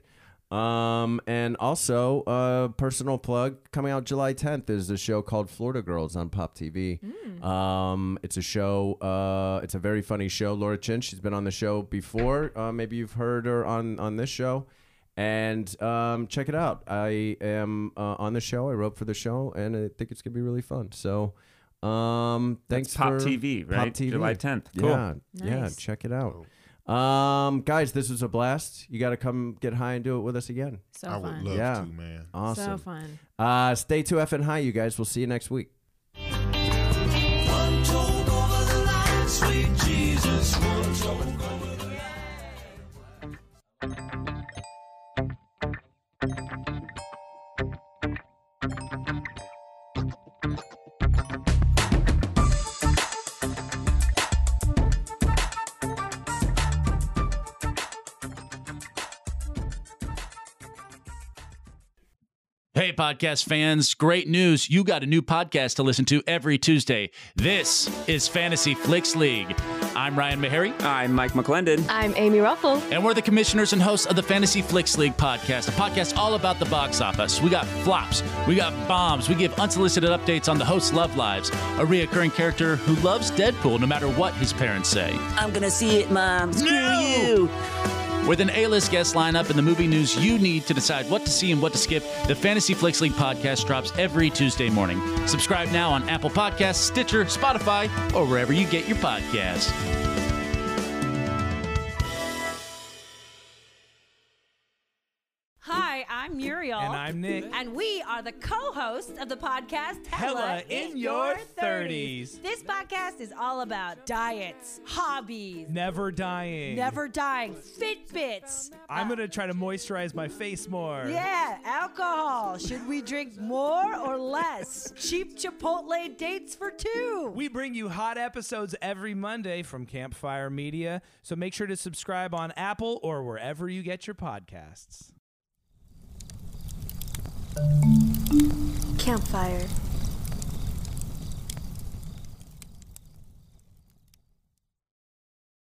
Speaker 1: Um, and also, uh, personal plug coming out July 10th is a show called Florida Girls on Pop TV. Um, it's a show, uh, it's a very funny show. Laura Chin, she's been on the show before. Uh, maybe you've heard her on, on this show. And um, check it out. I am uh, on the show. I wrote for the show, and I think it's going to be really fun. So, um, thanks
Speaker 2: That's Pop
Speaker 1: for
Speaker 2: TV,
Speaker 1: Pop
Speaker 2: right?
Speaker 1: TV.
Speaker 2: July 10th. Cool.
Speaker 1: Yeah, Uh, yeah, check it out. Um, guys, this was a blast. You got to come get high and do it with us again.
Speaker 4: So
Speaker 3: I
Speaker 4: fun.
Speaker 3: would love
Speaker 1: Yeah.
Speaker 3: to, man.
Speaker 1: Awesome.
Speaker 4: So fun.
Speaker 1: Uh, stay to F and high, you guys. We'll see you next week.
Speaker 11: Hey, podcast fans, great news. You got a new podcast to listen to every Tuesday. This is Fantasy Flicks League. I'm Ryan Meharry.
Speaker 2: I'm Mike McClendon.
Speaker 8: I'm Amy Ruffle.
Speaker 11: And we're the commissioners and hosts of the Fantasy Flicks League podcast, a podcast all about the box office. We got flops, we got bombs, we give unsolicited updates on the host's love lives, a reoccurring character who loves Deadpool no matter what his parents say.
Speaker 12: I'm gonna see it, Mom. Screw
Speaker 11: No!
Speaker 12: you.
Speaker 11: With an A list guest lineup and the movie news you need to decide what to see and what to skip, the Fantasy Flicks League podcast drops every Tuesday morning. Subscribe now on Apple Podcasts, Stitcher, Spotify, or wherever you get your podcasts.
Speaker 12: Hi, I'm Muriel.
Speaker 1: And I'm Nick.
Speaker 12: And we are the co hosts of the podcast
Speaker 1: Hella in Your 30s.
Speaker 12: This podcast is all about diets, hobbies,
Speaker 1: Never dying.
Speaker 12: never dying, Fitbits.
Speaker 1: I'm gonna try to moisturize my face more.
Speaker 12: Yeah, alcohol. Should we drink more or less? Cheap Chipotle dates for two.
Speaker 1: We bring you hot episodes every Monday from Campfire Media, so make sure to subscribe on Apple or wherever you get your podcasts.
Speaker 13: Campfire.